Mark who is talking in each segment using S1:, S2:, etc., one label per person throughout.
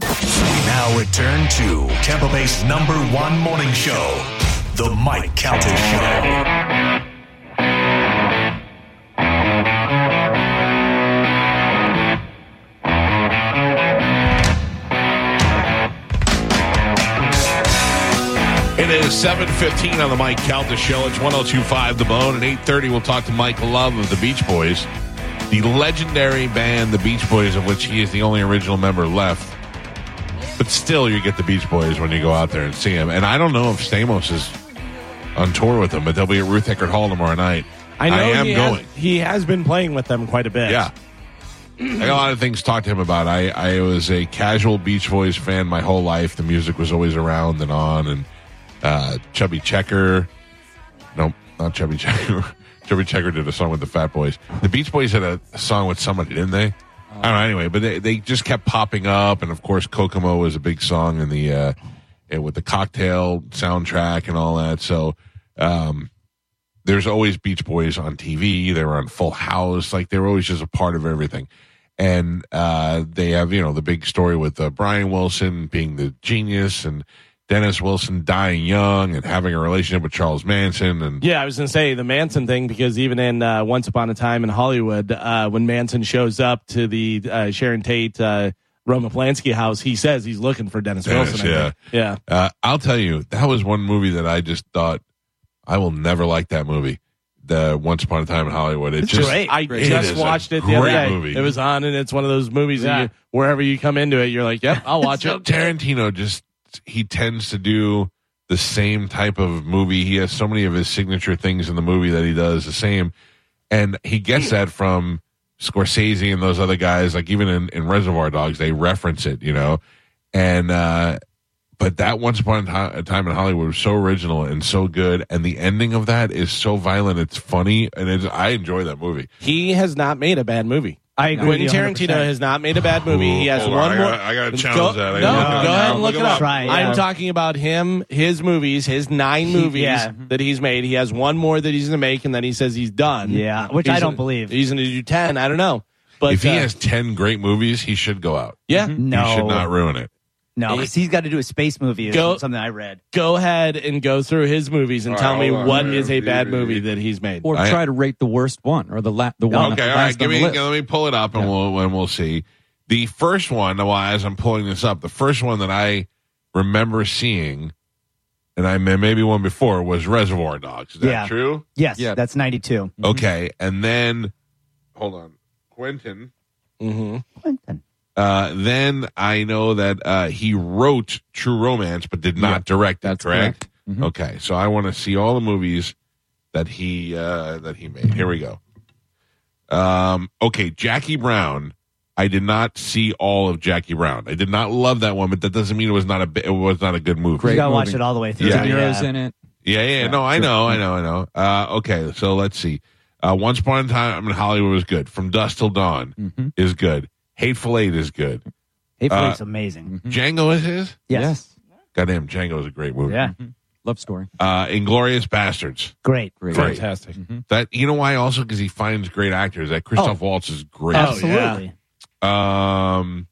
S1: Now return to Tampa Bay's number one morning show, The Mike Calter Show.
S2: It is 7.15 on the Mike Calta Show. It's 102.5 The Bone. At 8.30, we'll talk to Mike Love of the Beach Boys, the legendary band The Beach Boys, of which he is the only original member left. But still, you get the Beach Boys when you go out there and see them. And I don't know if Stamos is on tour with them, but they'll be at Ruth Eckerd Hall tomorrow night.
S3: I know
S2: am
S3: he has,
S2: going.
S3: He has been playing with them quite a bit.
S2: Yeah. I got a lot of things to talk to him about. I, I was a casual Beach Boys fan my whole life. The music was always around and on. And uh, Chubby Checker. Nope, not Chubby Checker. Chubby Checker did a song with the Fat Boys. The Beach Boys had a song with somebody, didn't they? I don't know. Anyway, but they, they just kept popping up. And of course, Kokomo was a big song in the uh, eh, with the cocktail soundtrack and all that. So um, there's always Beach Boys on TV. They were on Full House. Like they were always just a part of everything. And uh, they have, you know, the big story with uh, Brian Wilson being the genius and Dennis Wilson dying young and having a relationship with Charles Manson. And
S3: Yeah, I was going to say the Manson thing because even in uh, Once Upon a Time in Hollywood, uh, when Manson shows up to the uh, Sharon Tate, uh, Roma Polanski house, he says he's looking for Dennis,
S2: Dennis,
S3: Wilson. I
S2: yeah.
S3: think. yeah.
S2: uh, I'll tell you, that was one movie that I just thought I will never like that movie. The Once Upon a Time in Hollywood. It
S3: It's
S2: just,
S3: great. I
S2: It
S3: just
S2: is a
S3: watched it the other
S2: great
S3: day.
S2: movie.
S3: It was on, and it's one of those movies that
S4: Yeah.
S3: you, wherever you come into it, you're like, "Yep, I'll watch
S2: So
S3: it."
S2: Tarantino just he tends to do the same type of movie. He has so many of his signature things in the movie that he does the same, and he
S3: Hmm.
S2: gets that from Scorsese and those other guys. Like even in, in Reservoir Dogs, they reference it, you know. And uh, but that Once Upon a Ti- a Time in Hollywood was so original and so good, and the ending of that is so violent. It's funny, and it's, I enjoy that movie.
S3: He has not made a bad movie.
S4: I agree
S3: Quentin
S4: with you 100%.
S3: Tarantino has not made a bad movie. He has
S2: Hold on,
S3: one
S2: I
S3: more.
S2: gotta- I gotta
S3: go,
S2: challenge that. I
S3: no,
S2: gotta look it
S3: go
S2: up.
S3: ahead and look,
S2: Look
S3: it
S2: it
S3: up.
S2: up.
S4: Right, yeah.
S3: I'm talking about him, his movies, his nine movies
S4: Yeah.
S3: that he's made. He has one more that he's going to make, and then he says he's done.
S4: Yeah, which
S3: He's
S4: I don't
S3: a-
S4: believe.
S3: He's going to do ten. I don't know, but
S2: if he
S3: uh,
S2: has ten great movies, he should go out.
S3: yeah,
S4: No,
S2: He should not ruin it.
S4: no, 'cause he's got to do a space movie.
S3: Go-
S4: Go, something I read.
S3: go ahead and go through his movies and
S2: All right,
S3: tell me
S2: hold on.
S3: what
S2: Yeah,
S3: is a bad
S2: yeah,
S3: movie
S2: yeah.
S3: that he's made.
S5: or
S2: I-
S5: try to rate the worst one or the la- the one.
S2: Okay, all right.
S5: last
S2: Give
S5: on
S2: me,
S5: the list.
S2: let me pull it up, and we'll and we'll see. The first one, well, as I'm pulling this up, the first one that I remember seeing, and I may- maybe one before was Reservoir Dogs. Is that
S4: Yeah.
S2: true?
S4: Yes,
S5: Yeah.
S4: that's 92.
S2: Okay, and then hold on, Quentin.
S3: Mhm.
S4: Quentin.
S2: Uh, then I know that uh, he wrote True Romance, but did not direct it.
S5: that's
S2: correct.
S5: correct. Mhm.
S2: Okay, so I want to see all the movies that he uh, that he made. Here we go. Um, okay, Jackie Brown. I did not see all of Jackie Brown. I did not love that one, but that doesn't mean it was not a bi- it was not a good movie.
S5: Great
S4: you got to watch
S5: movie.
S4: it all the way through.
S2: Yeah.
S5: De Niro's in it.
S2: Yeah, yeah, no, I know, I know, I know. Uh, okay, so let's see. Uh, Once Upon a Time in Hollywood was good. From Dust Till Dawn
S5: Mhm.
S2: is good. Hateful Eight is good.
S4: Hateful
S2: Uh,
S4: Eight's
S5: mm-hmm.
S4: amazing.
S2: Django is his.
S4: Yes.
S2: Goddamn, Django is a great movie.
S4: Yeah.
S5: Mm-hmm. Love story.
S2: Uh, Inglorious Bastards.
S4: Great.
S5: Great.
S2: Great.
S3: Fantastic.
S4: Mm-hmm.
S2: That you know why also because he finds great actors. That Christoph Waltz is
S4: Oh,
S2: great.
S4: Absolutely.
S2: Um,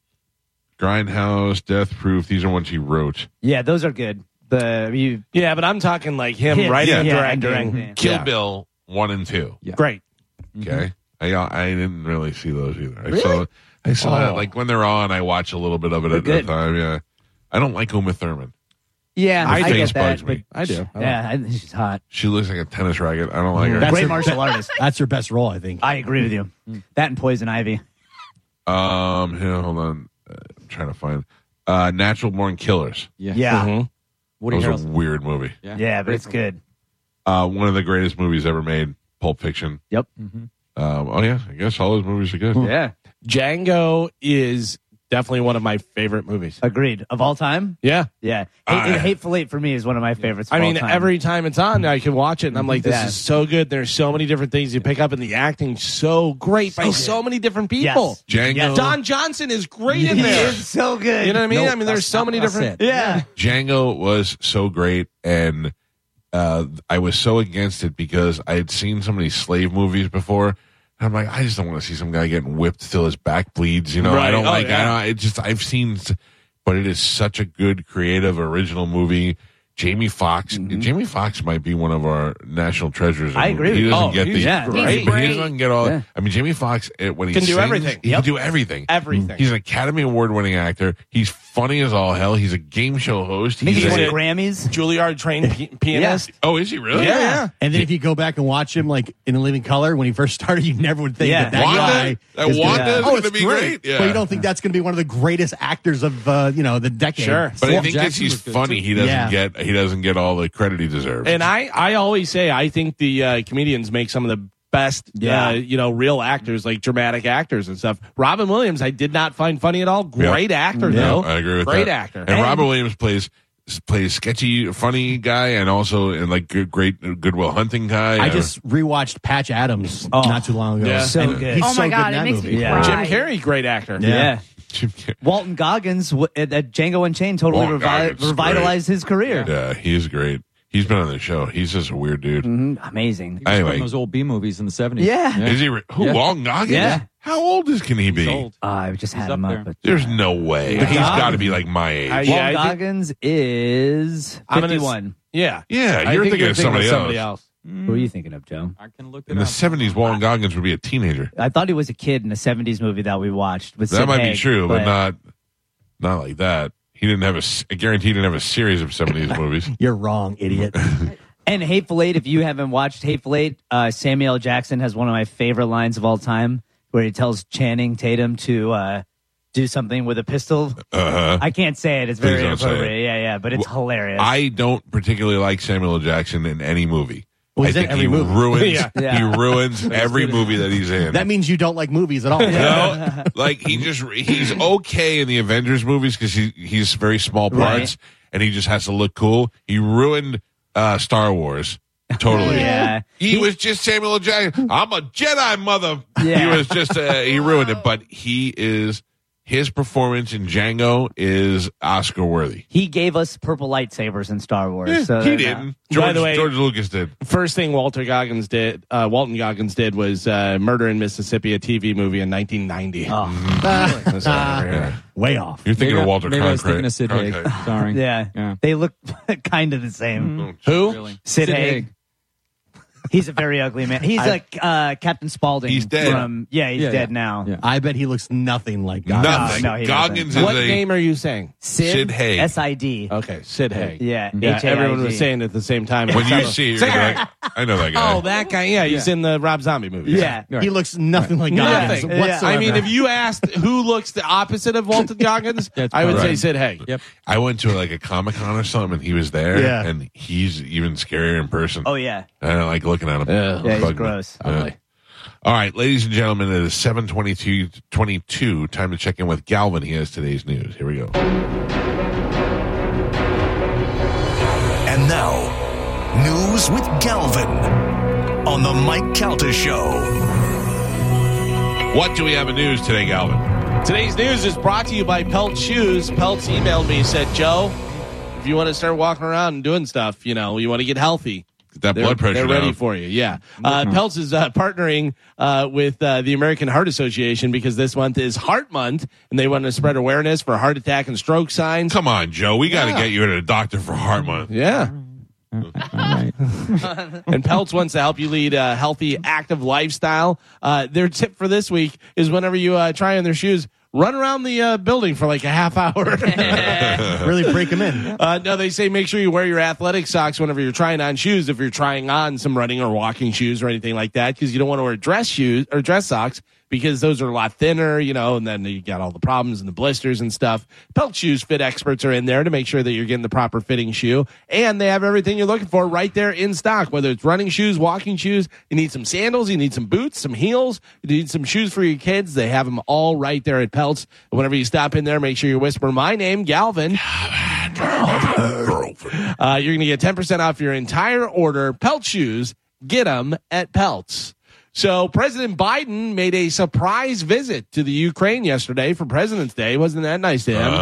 S2: Grindhouse, Death Proof. These are ones he wrote.
S4: Yeah, those are good. The you
S3: Yeah, but I'm talking like him
S4: hits,
S3: writing and
S4: yeah,
S3: directing.
S4: directing.
S2: Kill
S3: Yeah.
S2: Bill one and two.
S3: Great.
S2: Okay, Mm-hmm. I uh, I didn't really see those either. I saw I saw it like when they're on. I watch a little bit of it at
S4: good.
S2: the time. Yeah, I don't like Uma Thurman.
S4: Yeah,
S2: Her
S4: I
S2: face
S4: get that.
S2: bugs me.
S5: I do.
S4: but- yeah, I think she's hot.
S2: She looks like a tennis racket. I don't like her.
S4: Great martial artist.
S6: That's your best role, I think.
S4: I agree with you. That and Poison Ivy.
S2: Um, here, hold on. Uh, I'm trying to find uh, Natural Born Killers.
S4: Yeah.
S3: Mhm.
S5: Woody
S2: that was a
S5: Harrelson.
S2: weird movie.
S4: Yeah, but it's good.
S2: Uh, one of the greatest movies ever made, Pulp Fiction. Uh,
S4: Yep.
S2: Um, oh yeah, I guess all those movies are good.
S4: Yeah.
S3: Django is definitely one of my favorite movies.
S4: Agreed. Of all time?
S3: Yeah.
S4: Yeah.
S2: Ah.
S4: Hate, Hateful Eight for me is one of my favorites. of
S3: I
S4: all
S3: mean,
S4: time.
S3: every time it's on, I can watch it, and I'm like, "This
S4: Yeah.
S3: is so good." There's so many different things you pick up, and the acting so great by so many different people.
S2: Django.
S4: Yes.
S3: Don Johnson is great in
S4: He
S3: there.
S4: is so good.
S3: You know what I mean?
S5: No,
S3: I mean, there's
S5: that's
S3: so
S5: not
S3: many
S5: what I
S3: different.
S5: said.
S3: Yeah.
S2: Django was so great, and uh, I was so against it because I had seen so many slave movies before. And I'm like, I just don't want to see some guy getting whipped till his back bleeds. You know, I
S3: Right.
S2: don't
S3: Oh,
S2: like.
S3: yeah.
S2: I don't. It just I've seen, s- but it is such a good, creative, original movie. Jamie Foxx.
S3: Mm-hmm.
S2: Jamie Foxx might be one of our national treasures. in
S4: I agree
S2: He
S4: with
S2: doesn't
S3: you.
S2: get the
S3: Oh, he's
S2: He,
S3: great.
S2: but he doesn't get all.
S4: Yeah.
S2: I mean, Jamie Foxx eh, when he
S3: Can do
S2: sings,
S3: everything.
S2: He
S3: Yep.
S2: can do everything.
S3: Everything.
S2: He's an Academy Award winning actor. He's funny as all hell. He's a game show host.
S4: I think he's
S2: He's
S4: won
S2: a,
S4: Grammys.
S3: Juilliard trained pi- pianist.
S2: oh, is he really?
S3: Yeah.
S6: And then if you go back and watch him, like in *The Living Color*, when he first started, you never would think
S4: Yeah.
S6: that that
S2: Wanda,
S6: guy
S2: that
S6: is
S2: Wanda
S6: gonna,
S2: is
S6: oh,
S2: gonna
S6: it's
S2: be great. Yeah.
S6: But you don't think that's going to be one of the greatest actors of uh, you know the decade.
S3: Sure.
S2: But I think
S5: Swamp
S2: because
S5: Jackson
S2: he's
S5: was good,
S2: funny,
S5: too.
S2: he doesn't
S6: Yeah.
S2: get he doesn't get all the credit he deserves.
S3: And I, I always say, I think the uh, comedians make some of the best, uh,
S4: Yeah.
S3: you know, real actors, like dramatic actors and stuff. Robin Williams, I did not find funny at all. Great actor,
S2: Yeah,
S3: though.
S2: I agree with
S3: Great
S2: that.
S3: actor.
S2: And, Robert Williams plays plays sketchy, funny guy, and also and like good, great Goodwill Hunting guy.
S6: I
S2: Uh,
S6: just rewatched Patch Adams
S4: Oh.
S6: not too long ago.
S3: Yeah.
S4: So
S6: And
S4: good.
S6: He's
S7: Oh
S6: so
S7: my
S6: good
S7: God,
S6: in
S7: it
S6: that
S7: makes
S6: movie.
S7: me
S4: Yeah.
S3: Jim
S7: cry.
S3: Carrey, great actor.
S6: Yeah.
S2: Jim Carrey.
S4: Walton Goggins w- at at Django Unchained totally
S2: Walton
S4: revi-
S2: Goggins, great.
S4: revitalized his career.
S2: yeah, he's great. He's been on the show. He's just a weird dude.
S4: Mhm. Amazing.
S5: He was
S2: Anyway.
S5: from those old B movies in the 70s.
S4: Yeah.
S2: Is he re- who?
S5: Yeah.
S2: Long Goggins.
S4: Yeah.
S2: How old is can he be?
S5: Old.
S4: Uh, I just had
S5: up
S4: him
S5: there.
S4: up. But
S2: There's no way. He's got to be like my age.
S3: I-
S4: Walton
S3: Yeah, think-
S4: Goggins is
S3: I'm gonna s-
S4: 51.
S3: Yeah.
S2: yeah,
S3: I
S2: you're
S3: think
S2: thinking of somebody, else.
S4: Who are you thinking of, Joe?
S5: I can look
S2: In
S5: it
S2: the
S5: up.
S2: '70s, Walton Goggins would be a teenager.
S4: I thought he was a kid in a 70s movie that we watched. With
S2: That
S4: Sid
S2: might be
S4: Haig,
S2: true, but not not like that. He didn't have a. s- I guarantee he didn't have a series of '70s movies.
S6: You're wrong, idiot.
S4: And Hateful Eight, if you haven't watched Hateful Eight, uh, Samuel L. Jackson has one of my favorite lines of all time where he tells Channing Tatum to uh, do something with a pistol.
S2: Uh-huh.
S4: I can't say it. It's
S2: Please
S4: very
S2: don't say it.
S4: inappropriate. Yeah, yeah, but it's hilarious.
S2: I don't particularly like Samuel L. Jackson in any movie.
S6: Well,
S2: I
S6: he's in
S2: think
S6: every
S2: he
S6: movie.
S2: ruins.
S3: Yeah.
S4: Yeah.
S2: He ruins every movie that he's in.
S6: that means you don't like movies at all.
S2: No, like he just he's okay in the Avengers movies because he he's very small
S4: Right.
S2: parts and he just has to look cool. He ruined uh, Star Wars totally.
S4: Yeah.
S2: He, was just Samuel L. Jackson. I'm a Jedi, mother.
S4: Yeah.
S2: He was just uh, he ruined it, but he is his performance in Django is Oscar worthy.
S4: he gave us purple lightsabers in Star Wars. so
S2: he
S4: they're
S2: didn't.
S4: not-
S2: George,
S3: By the way-
S2: George Lucas did.
S3: First thing Walter Goggins did, uh, Walton Goggins did was uh, Murder in Mississippi, a TV movie in 1990.
S4: Oh,
S2: Mm-hmm.
S3: That's over here.
S6: Way off.
S2: You're thinking
S5: maybe
S2: of
S5: I-
S2: Walter
S5: maybe I was
S2: Cronkite.
S5: thinking of Sid Haig.
S2: Cronkite.
S5: Sorry.
S4: yeah.
S5: Yeah.
S4: They look kind of the same.
S3: Who?
S5: Really.
S4: Sid Haig.
S5: Haig.
S4: He's a very ugly man. He's like uh, Captain Spaulding.
S2: He's dead.
S4: From, yeah, he's
S5: Yeah,
S4: dead
S5: yeah.
S4: now.
S5: Yeah.
S6: I bet he looks nothing like God.
S2: Nothing.
S4: No, no, he doesn't.
S2: Goggins is
S3: What
S2: a
S3: name are you saying?
S4: Sid,
S2: Sid Haig.
S4: S I D.
S3: Okay, Sid Haig.
S4: Yeah,
S3: Oh. yeah.
S4: H A I G.
S3: Everyone was saying it at the same time.
S2: when you see it, you're gonna be like, I know that guy.
S3: oh, that guy. Yeah, he's in the Rob Zombie movie.
S4: Yeah.
S6: He looks nothing like God
S3: Nothing.
S6: whatsoever.
S3: I mean, if you asked who looks the opposite of Walton Goggins,
S5: That's
S3: I would
S5: probably
S3: say
S5: right.
S3: Sid Haig.
S5: Yep.
S2: I went to like a Comic Con or something, and he was there.
S6: Yeah.
S2: and he's even scarier in person.
S4: Oh yeah.
S2: I don't like looking at him.
S3: Yeah.
S4: Yeah, he's
S2: Bugged me.
S4: gross.
S2: Yeah. All right, ladies and gentlemen, it is seven twenty-two. Twenty-two. Time to check in with Galvin. He has today's news. Here we go.
S1: And now, news with Galvin on the Mike Calta Show.
S2: What do we have in news today, Galvin?
S3: Today's news is brought to you by Pelt Shoes. Pelt's emailed me said, Joe, if you want to start walking around and doing stuff, you know, you want to get healthy.
S2: Get that blood pressure
S3: They're ready
S2: down.
S3: for you. Yeah. Uh, Pelts is uh, partnering uh, with uh, the American Heart Association because this month is Heart Month, and they want to spread awareness for heart attack and stroke signs.
S2: Come on, Joe. We got to
S3: Yeah.
S2: get you to the doctor for heart month.
S3: Yeah.
S5: All right.
S3: and Pelts wants to help you lead a healthy, active lifestyle. Uh, their tip for this week is whenever you uh, try on their shoes, run around the uh, building for like a half hour.
S6: really break him in.
S3: Uh, no, they say make sure you wear your athletic socks whenever you're trying on shoes. If you're trying on some running or walking shoes or anything like that, because you don't want to wear dress shoes or dress socks because those are a lot thinner, you know, and then you got all the problems and the blisters and stuff. Pelt Shoes fit experts are in there to make sure that you're getting the proper fitting shoe and they have everything you're looking for right there in stock, whether it's running shoes, walking shoes, you need some sandals, you need some boots, some heels, you need some shoes for your kids. They have them all right there at Pelts. And whenever you stop in there, make sure you whisper my name, Galvin. Uh, you're going to get 10% off your entire order. Pelt shoes, get them at Pelts. So President Biden made a surprise visit to the Ukraine yesterday for President's Day. Wasn't that nice to him?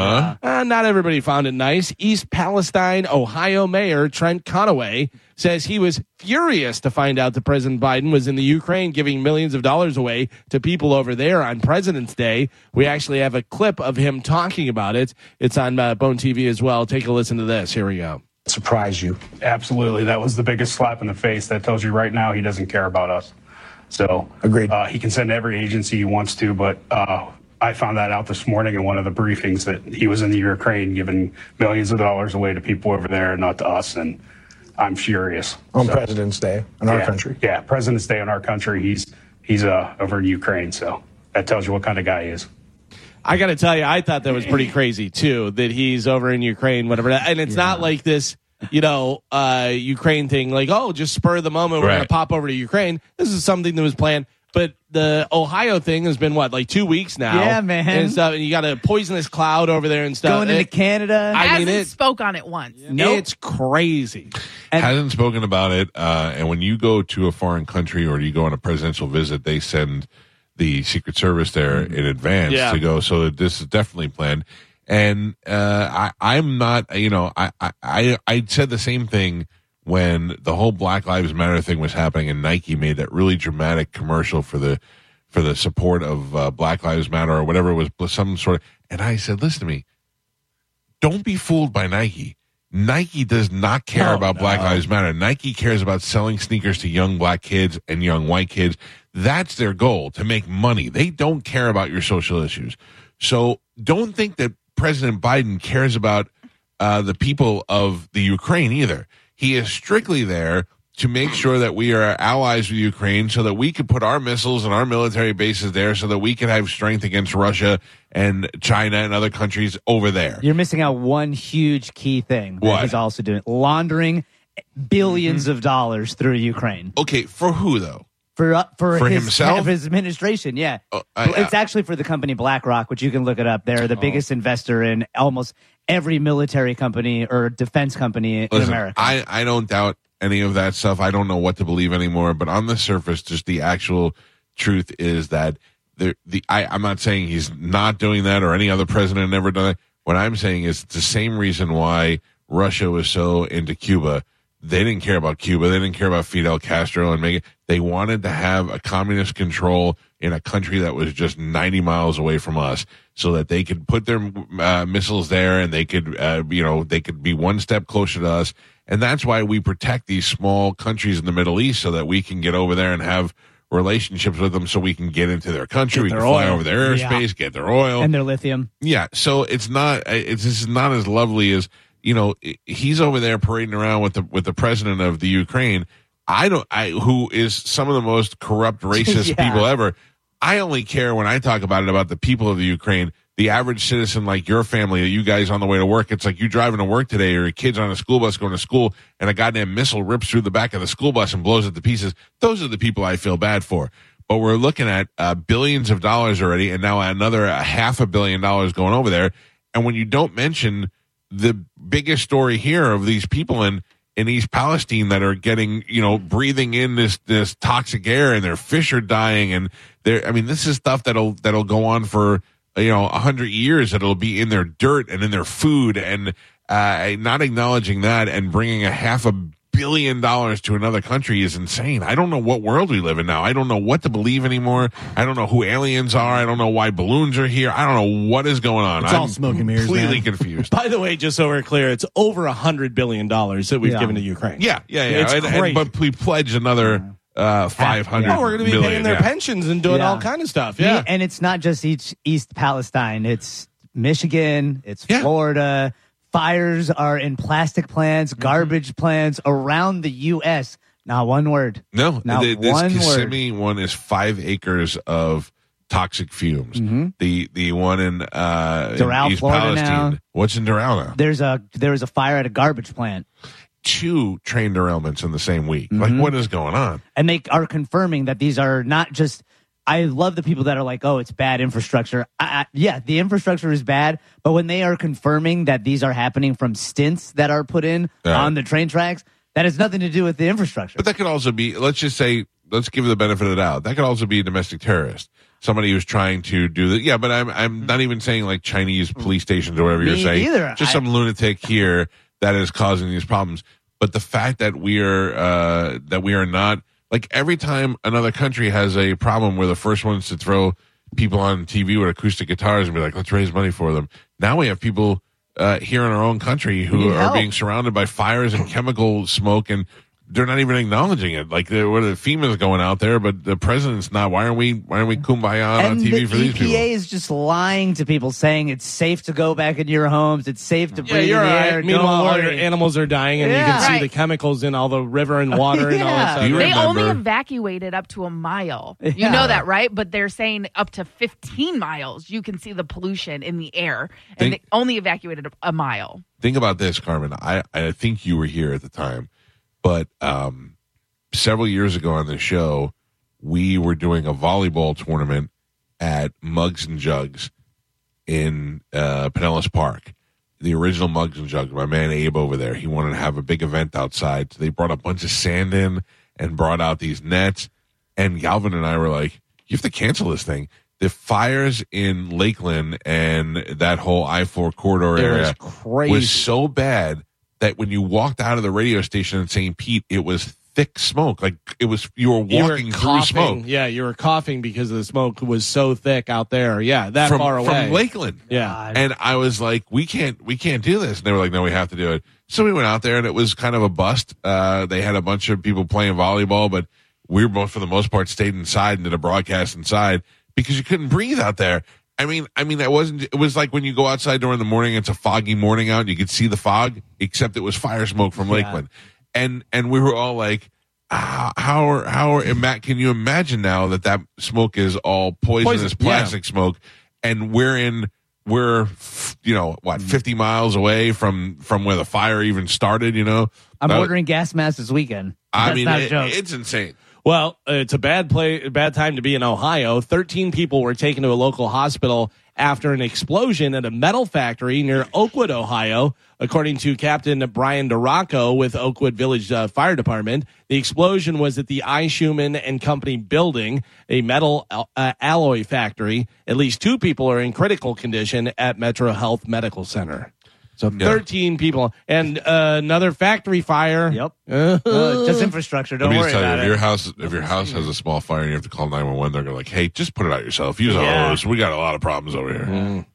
S3: Uh, not everybody found it nice. East Palestine, Ohio Mayor Trent Conaway says he was furious to find out that President Biden was in the Ukraine giving millions of dollars away to people over there on President's Day. We actually have a clip of him talking about it. It's on uh, Bone TV as well. Take a listen to this. Here we go.
S7: surprise you. Absolutely. That was the biggest slap in the face. That tells you right now he doesn't care about us. So
S8: Agreed.
S7: Uh, he can send every agency he wants to, but uh, I found that out this morning in one of the briefings that he was in the Ukraine giving millions of dollars away to people over there, not to us. And I'm furious.
S8: on
S7: So,
S8: President's Day in our
S7: yeah,
S8: country.
S7: Yeah, President's Day in our country. He's he's uh, over in Ukraine, so that tells you what kind of guy he is.
S3: I got to tell you, I thought that was pretty crazy too. That he's over in Ukraine, whatever. that- And it's not like this, you know, uh, Ukraine thing. Like, oh, just spur of the moment, we're going
S2: Right.
S3: to pop over to Ukraine. This is something that was planned. But the Ohio thing has been what, like two weeks now.
S4: Yeah, man.
S3: And stuff. And you got a poisonous cloud over there and stuff.
S4: Going into
S3: It-
S4: Canada.
S3: I mean,
S9: Hasn't
S3: it-
S9: spoke on it once.
S4: Nope.
S3: It's crazy.
S4: And-
S2: hasn't spoken about it. Uh, and when you go to a foreign country or you go on a presidential visit, they send the Secret Service there in advance
S3: Yeah.
S2: to go. So that this is definitely planned. And uh, I, I'm not, you know, I, I- I, I said the same thing when the whole Black Lives Matter thing was happening, and Nike made that really dramatic commercial for the for the support of uh, Black Lives Matter or whatever it was, some sort of. And I said, listen to me, don't be fooled by Nike. Nike does not care about Black Lives Matter. Nike cares about selling sneakers to young black kids and young white kids. That's their goal to make money. They don't care about your social issues. So don't think that President Biden cares about uh, the people of the Ukraine either. He is strictly there to make sure that we are allies with Ukraine so that we can put our missiles and our military bases there so that we can have strength against Russia and China and other countries over there.
S4: You're missing out one huge key thing that
S2: What? Mm-hmm.
S4: he's also doing laundering 1000000000s of dollars through Ukraine
S2: Okay, for who though?
S4: for uh, for,
S2: Oh. For
S4: his,
S2: himself?
S4: for his administration. Yeah,
S2: Oh, I- Oh.
S4: it's
S2: I-
S4: actually for the company BlackRock, which you can look it up. They're the biggest investor in almost every military company or defense company in
S2: Listen,
S4: America.
S2: I, I don't doubt any of that stuff. I don't know what to believe anymore. But on the surface, just the actual truth is that the the I, I'm not saying he's not doing that or any other president never done it. What I'm saying is it's the same reason why Russia was so into Cuba. They didn't care about Cuba. They didn't care about Fidel Castro and make it. They wanted to have a communist control in a country that was just 90 miles away from us so that they could put their uh, missiles there and they could, uh, you know, they could be one step closer to us. And that's why we protect these small countries in the Middle East so that we can get over there and have relationships with them so we can get into their country, we can
S3: their
S2: fly
S3: oil.
S2: over their airspace, get their oil.
S4: and their lithium.
S2: Yeah, so it's not it's this is not as lovely as you know i- he's over there parading around with the with the president of the Ukraine. I don't I who is some of the most corrupt racist
S4: Yeah.
S2: people ever. I only care when I talk about it about the people of the Ukraine. The average citizen like your family, you guys on the way to work, it's like you driving to work today or your kids on a school bus going to school and a goddamn missile rips through the back of the school bus and blows it to pieces. Those are the people I feel bad for but we're looking at uh, billions of dollars already, and now another uh, half a billion dollars going over there. And when you don't mention the biggest story here of these people in in East Palestine that are getting, you know, breathing in this this toxic air, and their fish are dying, and they're, I mean, this is stuff that'll that'll go on for you know a hundred years. That'll be in their dirt and in their food, and uh, not acknowledging that and bringing a half a billion dollars to another country is insane. I don't know what world we live in now. I don't know what to believe anymore. I don't know who aliens are. I don't know why balloons are here. I don't know what is going on.
S6: It's
S2: I'm
S6: all smoke and mirrors,
S2: Completely
S6: man.
S2: confused.
S3: By the way, just so we're clear, it's over a hundred billion dollars that we've
S4: Yeah.
S3: given to Ukraine.
S2: Yeah, yeah, yeah.
S3: It's
S2: And- and-
S3: crazy.
S2: but we pledge another uh, five hundred.
S3: Oh, we're going to be paying their pensions and doing
S4: Yeah.
S3: all kind of stuff. Yeah.
S4: And it's not just each East Palestine. It's Michigan. It's
S2: Yeah.
S4: Florida. Fires are in plastic
S2: Mm-hmm.
S4: plants, garbage plants around the U.S. Not one word.
S2: No,
S4: Not
S2: th- this
S4: one word.
S2: Kissimmee one is five acres of toxic fumes. The the one in uh
S4: Mm-hmm. Doral,
S2: in East
S4: Florida
S2: Palestine.
S4: now.
S2: What's in Doral now?
S4: There's a there was a fire at a garbage plant,
S2: Two train derailments in the same week.
S4: Mm-hmm.
S2: Like what is going on?
S4: and they are confirming that these are not just. I love the people that are like, "Oh, it's bad infrastructure." I, I, yeah, the infrastructure is bad, but when they are confirming that these are happening from stints that are put in
S2: Yeah.
S4: on the train tracks, that has nothing to do with the infrastructure.
S2: But that could also be, let's just say, let's give the benefit of the doubt. That could also be a domestic terrorist. Somebody who's trying to do that. Yeah, but I'm I'm not even saying like Chinese police stations or whatever
S4: Mm. Me
S2: you're saying.
S4: neither.
S2: Just
S4: I-
S2: some lunatic here that is causing these problems. But the fact that we are uh, that we are not like every time another country has a problem, we're the first ones to throw people on TV with acoustic guitars and be like, let's raise money for them. Now we have people uh, here in our own country who
S4: need
S2: are
S4: help.
S2: being surrounded by fires and chemical smoke and they're not even acknowledging it. Like the, where the FEMA's going out there, but the president's not. Why aren't we? Why aren't we kumbaya on
S4: and
S2: TV
S4: the E
S2: for
S4: EPA
S2: these people?
S4: is just lying to people, saying it's safe to go back into your homes, it's safe to
S3: Yeah,
S4: breathe
S3: you're
S4: in
S3: all
S4: the air.
S3: right.
S4: don't
S3: Meanwhile, all your
S4: worry.
S3: animals are dying, and you
S4: Yeah.
S3: can see
S8: Right.
S3: the chemicals in all the river and water and all
S4: Yeah.
S3: that stuff.
S2: Do you
S8: They only
S2: remember-
S8: evacuated up to a mile. You
S4: Yeah.
S8: know that, right? But they're saying up to 15 miles, you can see the pollution in the air. And
S2: Think-
S8: they only evacuated a- a mile.
S2: Think about this, Carmen. I I think you were here at the time, but um, several years ago on this show, we were doing a volleyball tournament at Mugs and Jugs in uh, Pinellas Park. The original Mugs and Jugs, my man Abe over there, he wanted to have a big event outside. So they brought a bunch of sand in and brought out these nets. And Galvin and I were like, you have to cancel this thing. The fires in Lakeland and that whole I 4 corridor
S3: It
S2: area
S3: was crazy.
S2: was so bad that when you walked out of the radio station in St. Pete, it was thick smoke. Like it was, you were
S3: You were
S2: walking through
S3: coughing.
S2: smoke
S3: Yeah, you were coughing because the smoke was so thick out there. Yeah, that
S2: from,
S3: far away.
S2: from Lakeland.
S3: Yeah.
S2: And I was like, we can't, we can't do this. And they were like, no, we have to do it. So we went out there and it was kind of a bust. Uh, they had a bunch of people playing volleyball, but we were both, for the most part, stayed inside and did a broadcast inside because you couldn't breathe out there. I mean, I mean, that wasn't, it was like when you go outside during the morning, it's a foggy morning out and you could see the fog, except it was fire smoke from Lakeland. And, and we were all like, how, how, are- how, are- Matt, can you imagine now that that smoke is all poisonous
S3: Poison, yeah.
S2: plastic smoke and we're in we're you know what
S4: Mm.
S2: 50 miles away from from where the fire even started you know
S4: I'm
S2: That-
S4: ordering gas masks this weekend.
S2: i
S4: That's
S2: mean
S4: not a
S2: it-
S4: joke.
S2: it's insane
S3: Well, uh, it's a bad play, bad time to be in Ohio. Thirteen people were taken to a local hospital after an explosion at a metal factory near Oakwood, Ohio, according to Captain Brian DeRocco with Oakwood Village uh, Fire Department. The explosion was at the Eichhuman and Company building, a metal al- uh, alloy factory. At least two people are in critical condition at Metro Health Medical Center. So
S2: Yeah.
S3: 13 people and uh, another factory fire.
S4: Yep. Uh, just infrastructure. Don't
S2: let me
S4: worry
S2: just tell you
S4: about
S2: if
S4: it.
S2: your house if your house has a small fire and you have to call 911 they're gonna like hey just put it out yourself use a
S4: Yeah. Mm.
S2: hose we got a lot of problems over here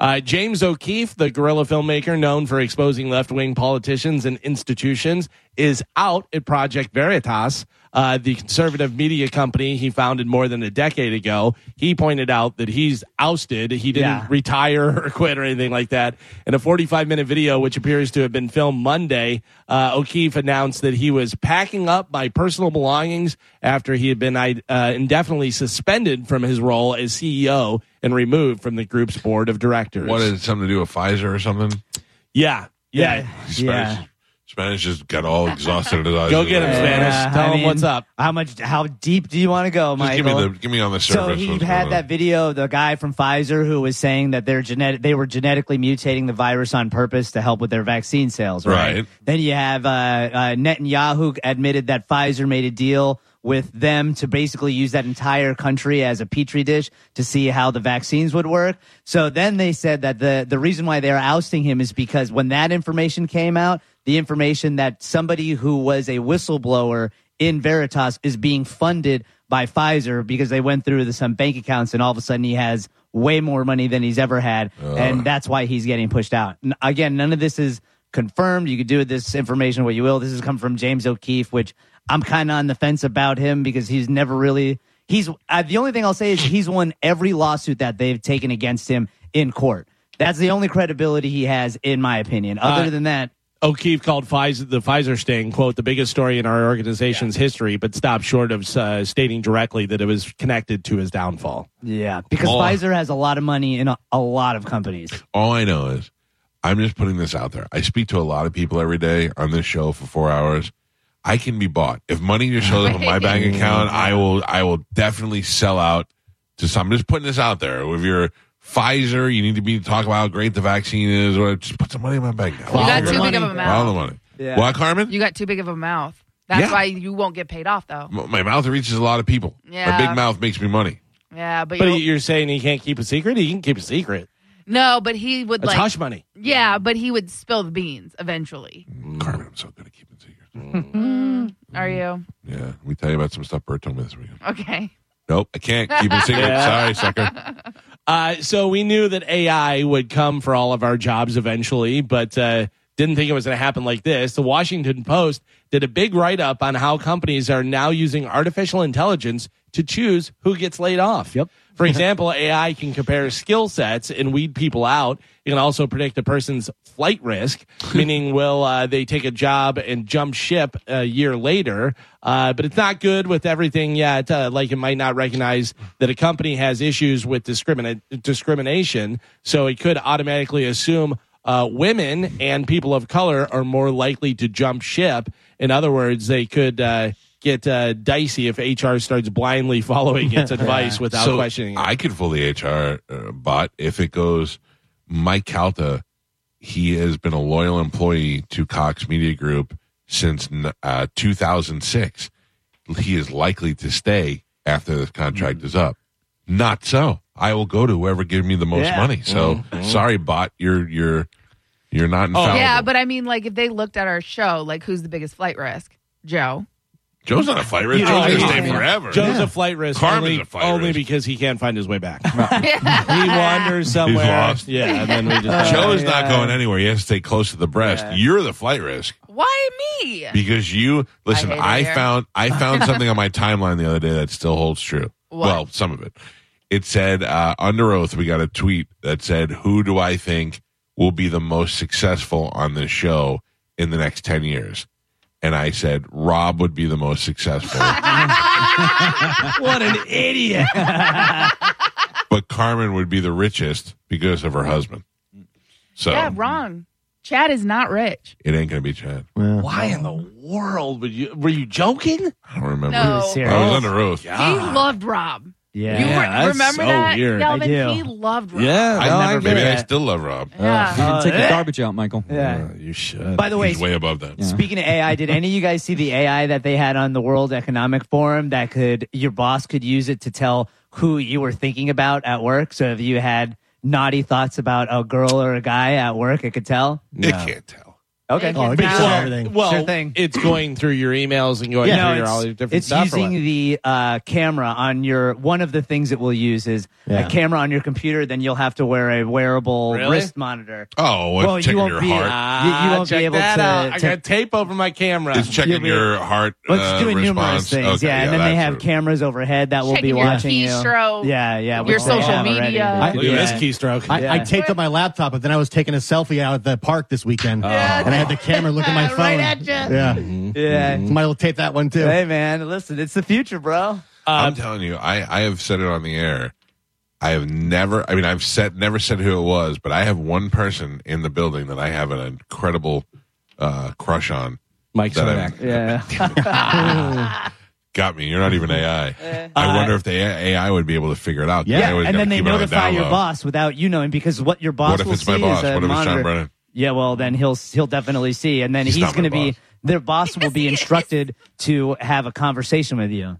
S3: Uh, James O'Keefe, the guerrilla filmmaker known for exposing left wing politicians and institutions, is out at Project Veritas, uh, the conservative media company he founded more than a decade ago. He pointed out that he's ousted. He didn't
S4: Yeah.
S3: retire or quit or anything like that. In a 45 minute video, which appears to have been filmed Monday, uh, O'Keefe announced that he was packing up my personal belongings after he had been uh, indefinitely suspended from his role as CEO and removed from the group's board of directors.
S2: what is it something to do with pfizer or something
S3: Yeah. Yeah.
S2: spanish spanish just got all exhausted in his eyes
S3: Go get him, Spanish.
S4: Yeah,
S3: Tell
S4: Uh, I
S3: him
S4: mean,
S3: what's up.
S4: How much? How deep do you want to go,
S2: just
S4: Michael?
S2: give me the give me on the surface
S4: So he
S2: what's going
S4: had
S2: on.
S4: that video of the guy from Pfizer who was saying that they're genetic they were genetically mutating the virus on purpose to help with their vaccine sales, right?
S2: Right.
S4: Then you have uh, uh, Netanyahu admitted that Pfizer made a deal with them to basically use that entire country as a petri dish to see how the vaccines would work. So then they said that the the reason why they're ousting him is because when that information came out, the information that somebody who was a whistleblower in Veritas is being funded by Pfizer because they went through the, some bank accounts and all of a sudden he has way more money than he's ever had. and that's why he's getting pushed out. N- again, none of this is confirmed. You could do with this information what you will. This has come from James O'Keefe, which I'm kind of on the fence about him because he's never really. He's uh, the only thing I'll say is he's won every lawsuit that they've taken against him in court. That's the only credibility he has, in my opinion. Other
S3: Uh,
S4: than that,
S3: O'Keefe called Pfizer, the Pfizer sting, quote, the biggest story in our organization's history, but stopped short of uh, stating directly that it was connected to his downfall.
S4: Yeah, because
S2: Oh.
S4: Pfizer has a lot of money in a, a lot of companies.
S2: All I know is I'm just putting this out there. I speak to a lot of people every day on this show for four hours. I can be bought. If money just shows up in my bank account, I will I will definitely sell out to some. I'm just putting this out there. If you're Pfizer, you need to be talk about how great the vaccine is, or just put some money in my bank account.
S8: You
S4: All
S8: got
S4: the
S8: too big of
S4: money.
S8: a
S2: All the
S8: mouth.
S2: money.
S4: Yeah.
S2: Why, Carmen?
S8: You got too big of a mouth. That's
S2: Yeah.
S8: why you won't get paid off, though.
S2: M- my mouth reaches a lot of people. My
S8: Yeah.
S2: big mouth makes me money.
S8: Yeah, but,
S3: But
S8: you
S3: you're saying he can't keep a secret? He can keep a secret.
S8: no, but he would
S3: That's
S8: like.
S3: hush money.
S8: Yeah, but he would spill the beans eventually.
S2: Carmen, I'm so good at keeping secrets.
S8: Are you
S2: Yeah, let me tell you about some stuff Bert told me this weekend.
S8: okay?
S2: Nope, I can't keep a secret. Sorry, sucker.
S3: Uh, so we knew that AI would come for all of our jobs eventually, but uh, didn't think it was going to happen like this. The Washington Post did a big write up on how companies are now using artificial intelligence to choose who gets laid off. Yep. For example, AI can compare skill sets and weed people out. It can also predict a person's flight risk, meaning will uh, they take a job and jump ship a year later. Uh, but it's not good with everything yet. Uh, like it might not recognize that a company has issues with discriminate discrimination, so it could automatically assume uh, women and people of color are more likely to jump ship. In other words, they could. Uh, Get uh, dicey if HR starts blindly following its advice without
S2: so
S3: questioning. it.
S2: I could fool the HR uh, bot if it goes, Mike Calta, he has been a loyal employee to Cox Media Group since uh, 2006. He is likely to stay after this contract
S8: Mm-hmm.
S2: is up. Not so. I will go to whoever gives me the most
S4: Yeah.
S2: money. So
S8: Mm-hmm.
S2: sorry, bot, you're you're you're not infallible.
S8: Oh, Yeah, but I mean, like if they looked at our show, like who's the biggest flight risk? Joe.
S2: Joe's not a flight risk.
S3: You
S2: Joe's
S3: know,
S2: gonna
S3: I-
S2: stay forever.
S3: Joe's a flight risk
S2: Carmen's
S3: only,
S2: a flight
S3: only
S2: risk.
S3: because he can't find his way back.
S8: yeah.
S3: he wanders somewhere.
S2: lost. Uh,
S3: Yeah, and then we
S8: Uh,
S3: just
S2: Joe's not going anywhere. He has to stay close to the breast. You're the flight risk.
S8: Why me?
S2: Because you listen,
S8: hate it
S2: I,
S8: here.
S2: found I found something on my timeline the other day that still holds true.
S8: What?
S2: Well, some of it. It said uh, under oath we got a tweet that said, "Who do I think will be the most successful on this show in the next ten years?" And I said, "Rob would be the most successful."
S3: what an idiot!
S2: but Carmen would be the richest because of her husband. So
S8: Yeah, wrong. Chad is not rich.
S2: it ain't gonna be Chad.
S3: Why in the world would you? Were you joking?
S2: I don't remember.
S8: No.
S4: Really serious.
S2: I was under oath.
S8: He loved Rob.
S4: Yeah.
S8: You
S3: Yeah, that's
S8: re- remember
S3: so
S8: that,
S3: weird. I
S8: Delvin?
S4: do.
S8: He loved Rob.
S3: Yeah,
S2: I
S3: no, I
S2: never.
S3: get
S2: Maybe I
S3: it.
S2: still love Rob.
S8: Yeah.
S5: You can take
S4: yeah.
S5: the garbage out, Michael.
S4: Yeah.
S3: Oh, you should.
S4: By the way,
S2: He's way above that.
S4: Speaking of AI, did any of you guys see the AI that they had on the World Economic Forum that could your boss could use it to tell who you were thinking about at work? So if you had naughty thoughts about a girl or a guy at work, it could tell.
S2: It can't tell.
S4: Okay.
S8: Oh, it
S4: Pretty
S8: can
S4: cool.
S8: tell
S6: everything.
S3: well,
S4: Sure thing.
S3: it's going through your emails and going
S4: Yeah,
S3: through
S4: no,
S3: your, all
S4: it's-
S3: your different
S4: it's
S3: stuff. or
S4: using
S3: what?
S4: the uh, camera on your. One of the things it will use is
S6: Yeah.
S4: a camera on your computer. Then you'll have to wear a wearable
S3: Really?
S4: wrist monitor.
S2: Oh, it's
S4: Well, you
S2: checking
S4: won't
S2: your
S4: be- uh,
S2: heart.
S4: You- you won't be
S3: Ah, check
S4: able
S3: that
S4: to-
S3: out. I
S4: to-
S3: got tape over my camera.
S2: it's checking
S4: you'll be-
S2: your heart.
S4: Well, it's
S2: uh,
S4: doing numerous
S2: response.
S4: things,
S2: Okay,
S4: yeah. And then they
S2: that's
S4: have
S2: it.
S4: cameras overhead that will
S8: Checking
S4: be
S8: your
S4: watching
S8: keystroke,
S4: you. Yeah, yeah. which
S8: your
S4: they
S8: social
S4: have already.
S8: media. I-
S3: Look at
S4: Yeah.
S3: this keystroke.
S6: I, I
S4: Yeah.
S6: taped up my laptop, but then I was taking a selfie out at the park this
S4: Oh.
S6: weekend, and I had the camera look at my phone.
S8: Right at ya.
S6: Yeah,
S4: Yeah.
S2: Mm-hmm.
S6: somebody will tape that one too.
S4: Hey man, listen, it's the future, bro. um,
S2: I'm telling you, I, I have said it on the air. I have never. I mean, I've said never said who it was, but I have one person in the building that I have an incredible uh, crush on.
S3: Mike
S2: That
S3: Cernak.
S2: I've-
S4: Yeah.
S2: Got me. You're not even AI. I wonder if the A- AI would be able to figure it out. 'cause I
S4: Mm-hmm. Uh, Yeah,
S2: always
S4: and
S2: gotta
S4: then they
S2: keep it on the
S4: notify
S2: down
S4: your
S2: low.
S4: boss without you knowing because what your boss
S2: What if
S4: will
S2: it's
S4: see
S2: my boss?
S4: is a
S2: What if it's John
S4: monitor.
S2: Brennan?
S4: yeah, well then he'll he'll definitely see, and then
S2: He's
S4: he's,
S2: not my
S4: going to be
S2: boss.
S4: their boss will be instructed to have a conversation with you.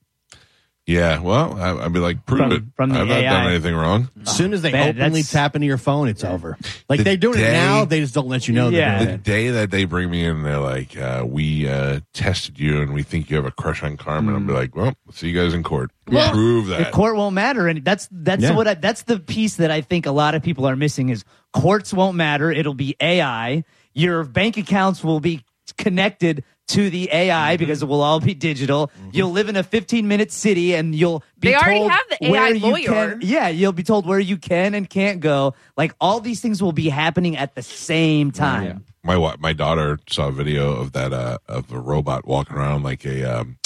S2: Yeah. Well, I, I'd be like, prove
S4: From-
S2: it.
S4: from the
S2: I've not done
S4: AI.
S2: anything wrong.
S6: As soon as they
S4: Man,
S6: openly
S4: that's-
S6: tap into your phone, it's over. Like
S2: The
S6: they're doing
S2: day-
S6: it now, they just don't let you know. they're
S4: Yeah.
S6: doing
S2: The
S6: it.
S2: day that they bring me in, they're like, uh, "We uh, tested you, and we think you have a crush on Carmen." I'll be like, "Well, see you guys in court. Prove
S4: The
S2: that."
S4: Mm. court won't matter, and that's that's
S6: Yeah.
S4: what I, that's the piece that I think a lot of people are missing is courts won't matter. It'll be AI. Your bank accounts will be connected to the AI because it will all be digital. You'll live in a 15 minute city, and you'll be
S8: They already
S4: told
S8: have the AI
S4: where you
S8: lawyer.
S4: can- yeah, you'll be told where you can and can't go. Like all these things will be happening at the same time.
S2: my wa- my daughter saw a video of that uh, of a robot walking around like a um,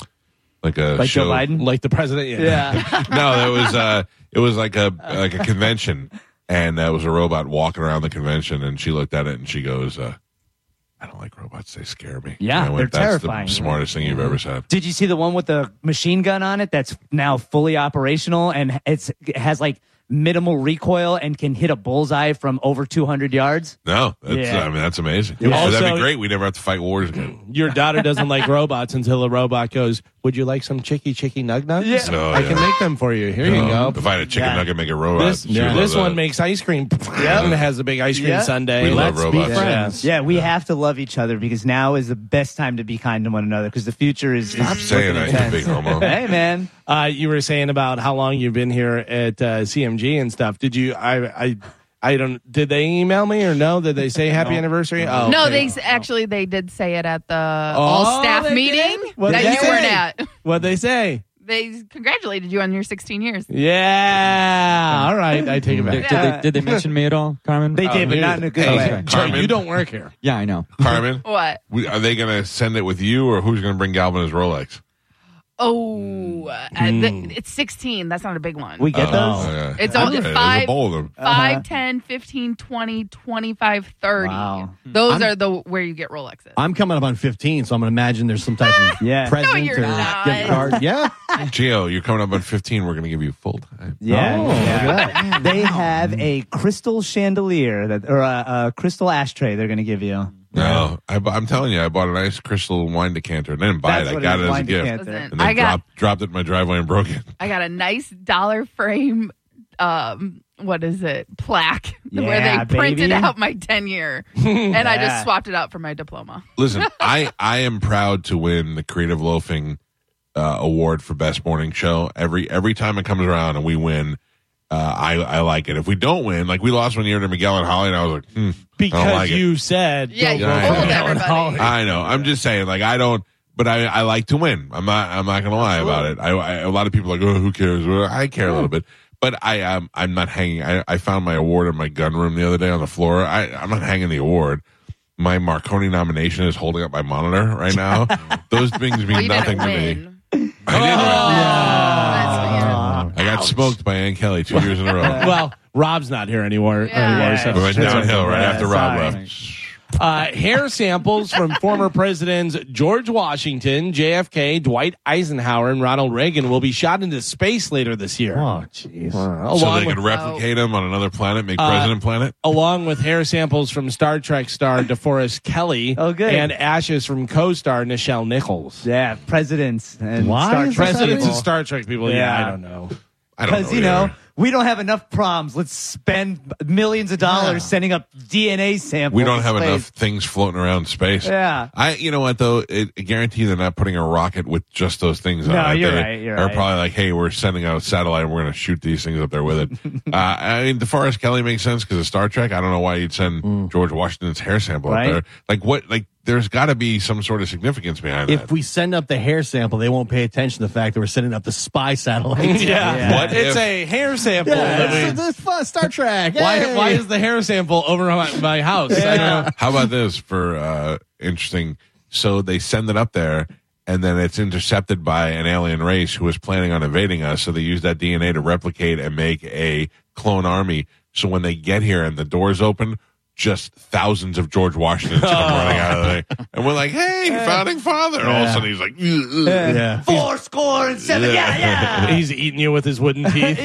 S2: like a
S4: Like Joe
S2: show-
S4: Biden?
S3: Like the president. Yeah.
S4: Yeah.
S2: no, it was uh, it was like a like a convention, and uh, it was a robot walking around the convention, and she looked at it and she goes, uh, "I don't like robots; they scare me."
S4: Yeah,
S2: And I went,
S4: they're
S2: That's
S4: terrifying." Mm-hmm.
S2: the smartest thing you've ever said.
S4: Did you see the one with the machine gun on it that's now fully operational and it's it has like minimal recoil and can hit a bullseye from over 200 yards?
S2: No, that's,
S4: Yeah.
S2: I mean that's amazing.
S3: Yeah.
S2: So that'd
S3: Also-
S2: be great. We never have to fight wars again.
S3: Your daughter doesn't like robots until a robot goes, Would you like some chicky chicky nug nugs?
S4: Yeah.
S2: Oh,
S3: I can
S2: yeah.
S3: make them for you. Here you
S2: No,
S3: go.
S2: Um, If I had a chicken
S4: Yeah.
S2: nugget, make a robot.
S3: This,
S2: she would love
S3: this
S2: that.
S3: one makes ice cream and it has a big ice cream
S4: Yeah.
S3: sundae.
S2: We love
S3: Let's be
S2: robots.
S3: friends.
S4: Yeah, we have to love each other because now is the best time to be kind to one another because the future is.
S2: Stop saying that, you big homo.
S4: Hey, man.
S3: Uh, you were saying about how long you've been here at uh, CMG and stuff. Did you? I I I don't. Did they email me or no? Did they say happy anniversary? Oh
S8: No,
S3: okay.
S8: they s- actually they did say it at the
S6: Oh,
S8: all staff
S3: they
S8: meeting
S3: did? What
S8: that
S3: did
S8: you
S3: they
S8: weren't
S3: say?
S8: at.
S3: What they say?
S8: They congratulated you on your 16 years.
S3: Yeah. All right. I take it
S5: Did,
S3: back.
S5: did
S8: Yeah.
S5: they, did they mention me at all, Carmen? Uh,
S4: They did, but
S3: here-
S4: not in a good
S3: Hey,
S4: way.
S3: Joe,
S2: Carmen.
S3: you don't work here.
S5: Yeah, I know.
S2: Carmen,
S8: What?
S2: we, are they going to send it with you, or who's going to bring Galvin his Rolex?
S8: Oh,
S2: Hmm.
S8: uh,
S6: Hmm.
S8: th- it's 16. That's not a big one.
S4: We uh-huh. get
S2: Oh,
S4: those?
S2: yeah.
S8: It's
S2: Okay,
S8: only
S2: there's A
S8: five-
S2: bowl of them.
S8: Five, ten, fifteen, twenty, twenty-five, thirty.
S4: Wow.
S8: Those are the where you get Rolexes.
S6: I'm coming up on 15, so I'm going to imagine there's some type of
S4: Yeah.
S6: present
S8: No, you're
S6: or
S8: not.
S6: gift card. Yeah.
S2: Geo, you're coming up on 15. We're going to give you full time.
S4: Yeah, yeah. they have a crystal chandelier that or a, a crystal ashtray they're going to give you.
S2: No, I, bu- I'm telling you, I bought a nice crystal wine decanter. and I didn't buy
S4: That's
S2: it. I
S4: what
S2: got it
S4: it is,
S2: as a
S4: wine
S2: gift.
S4: decanter.
S8: Listen,
S2: And then
S8: I got
S2: dropped, dropped it in my driveway and broke it.
S8: I got a nice dollar frame. Um, what is it? Plaque where
S4: Yeah,
S8: they printed
S4: baby.
S8: out my tenure, and I
S4: Yeah.
S8: just swapped it out for my diploma.
S2: Listen, I, I am proud to win the Creative Loafing uh, Award for Best Morning Show. Every every time it comes around and we win, uh, I, I like it. If we don't win, like we lost one year to Miguel and Holly, and I was like, hmm, I
S3: Because
S2: don't like it.
S3: you said. don't
S8: Yeah, you
S3: work
S2: told
S3: here.
S8: everybody.
S3: Oh,
S2: I know. I'm just saying, like I don't, but I, I like to win. I'm not. I'm not gonna lie about it. I, I a lot of people are like, oh, who cares? Well, I care a little bit, but I um, I'm not hanging. I, I found my award in my gun room the other day on the floor. I I'm not hanging the award. My Marconi nomination is holding up my monitor right now. Those things mean
S8: Well, you
S2: nothing to
S8: didn't
S2: me.
S8: win.
S2: I, didn't
S8: Oh,
S10: Oh.
S8: That's
S6: Uh,
S8: fair.
S2: win. I got smoked by Ann Kelly two years in a row.
S3: Well, Rob's not here anymore.
S8: Yeah.
S3: anymore,
S4: Yeah.
S3: so-
S2: We went
S4: that's
S2: downhill
S4: okay.
S2: right
S4: Yeah,
S2: after Rob
S4: sorry.
S2: left.
S3: Uh, hair samples from former presidents George Washington, JFK, Dwight Eisenhower, and Ronald Reagan will be shot into space later this year.
S4: Oh,
S6: jeez.
S2: So
S3: along,
S2: they
S3: with,
S2: could replicate him on another planet, make
S3: Uh,
S2: President Planet.
S3: along with hair samples from Star Trek star DeForest Kelly
S4: Oh, good.
S3: and ashes from co star Nichelle Nichols.
S4: Yeah, presidents and
S6: Why
S4: Star
S6: is
S4: Trek
S6: that
S3: Presidents
S4: people.
S3: and Star Trek people, yeah,
S4: Yeah.
S3: I don't know.
S2: I don't
S4: because you know
S2: either.
S4: we don't have enough proms. Let's spend millions of dollars sending up DNA samples.
S2: We don't have
S4: to
S2: enough
S4: space.
S2: things floating around space.
S4: Yeah.
S2: I, you know what though? It, I guarantee they're not putting a rocket with just those things
S4: No,
S2: on it.
S4: you're
S2: They
S4: right, you're
S2: are
S4: right.
S2: probably like, hey, we're sending out a satellite. and We're going to shoot these things up there with it. uh, I mean, DeForest Kelly makes sense because of Star Trek. I don't know why you'd send George Washington's hair sample
S4: Right.
S2: up there. Like what? Like there's got to be some sort of significance behind
S6: If
S2: that.
S6: we send up the hair sample, they won't pay attention to the fact that we're sending up the spy satellite.
S3: Yeah.
S2: What
S3: It's
S2: if-
S3: a hair sample. that we-
S6: Yeah, it's- it's fun, Star Trek.
S3: why, why
S6: Yay.
S3: is the hair sample over my, my house? I don't know.
S2: How about this for uh, interesting? So they send it up there, and then it's intercepted by an alien race who is planning on invading us. So they use that DNA to replicate and make a clone army. So when they get here and the doors open, just thousands of George Washingtons come running out of the thing, and we're like, "Hey, founding father!" And all of a sudden, he's like, "Ugh, ugh."
S6: Yeah.
S4: four score and seven. Yeah, yeah.
S3: He's eating you with his wooden teeth.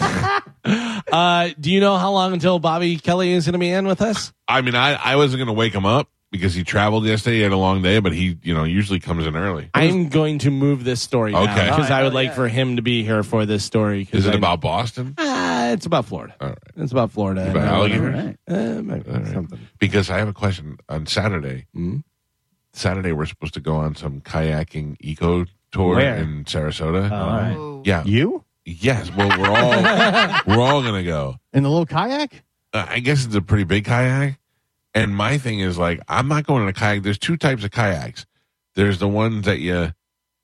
S3: uh, do you know how long until Bobby Kelly is going to be in with us?
S2: I mean, I, I wasn't going to wake him up because he traveled yesterday. He had a long day, but he, you know, usually comes in early.
S3: I'm going to move this story now
S2: Okay.
S3: because I would like for him to be here for this story. 'cause
S2: Is it
S3: I-
S2: about Boston?
S3: Ah, it's about Florida.
S2: All right.
S3: It's about Florida.
S2: About alligators?
S3: Uh, maybe something.
S2: because I have a question on Saturday.
S3: Mhm.
S2: Saturday, we're supposed to go on some kayaking eco tour
S4: Where?
S2: in Sarasota.
S5: Uh-huh.
S8: Ooh.
S2: Yeah,
S6: You?
S2: yes. Well, we're all we're all gonna go.
S6: In the little kayak?
S2: Uh, I guess it's a pretty big kayak. And my thing is like, I'm not going in a kayak. There's two types of kayaks. There's the ones that you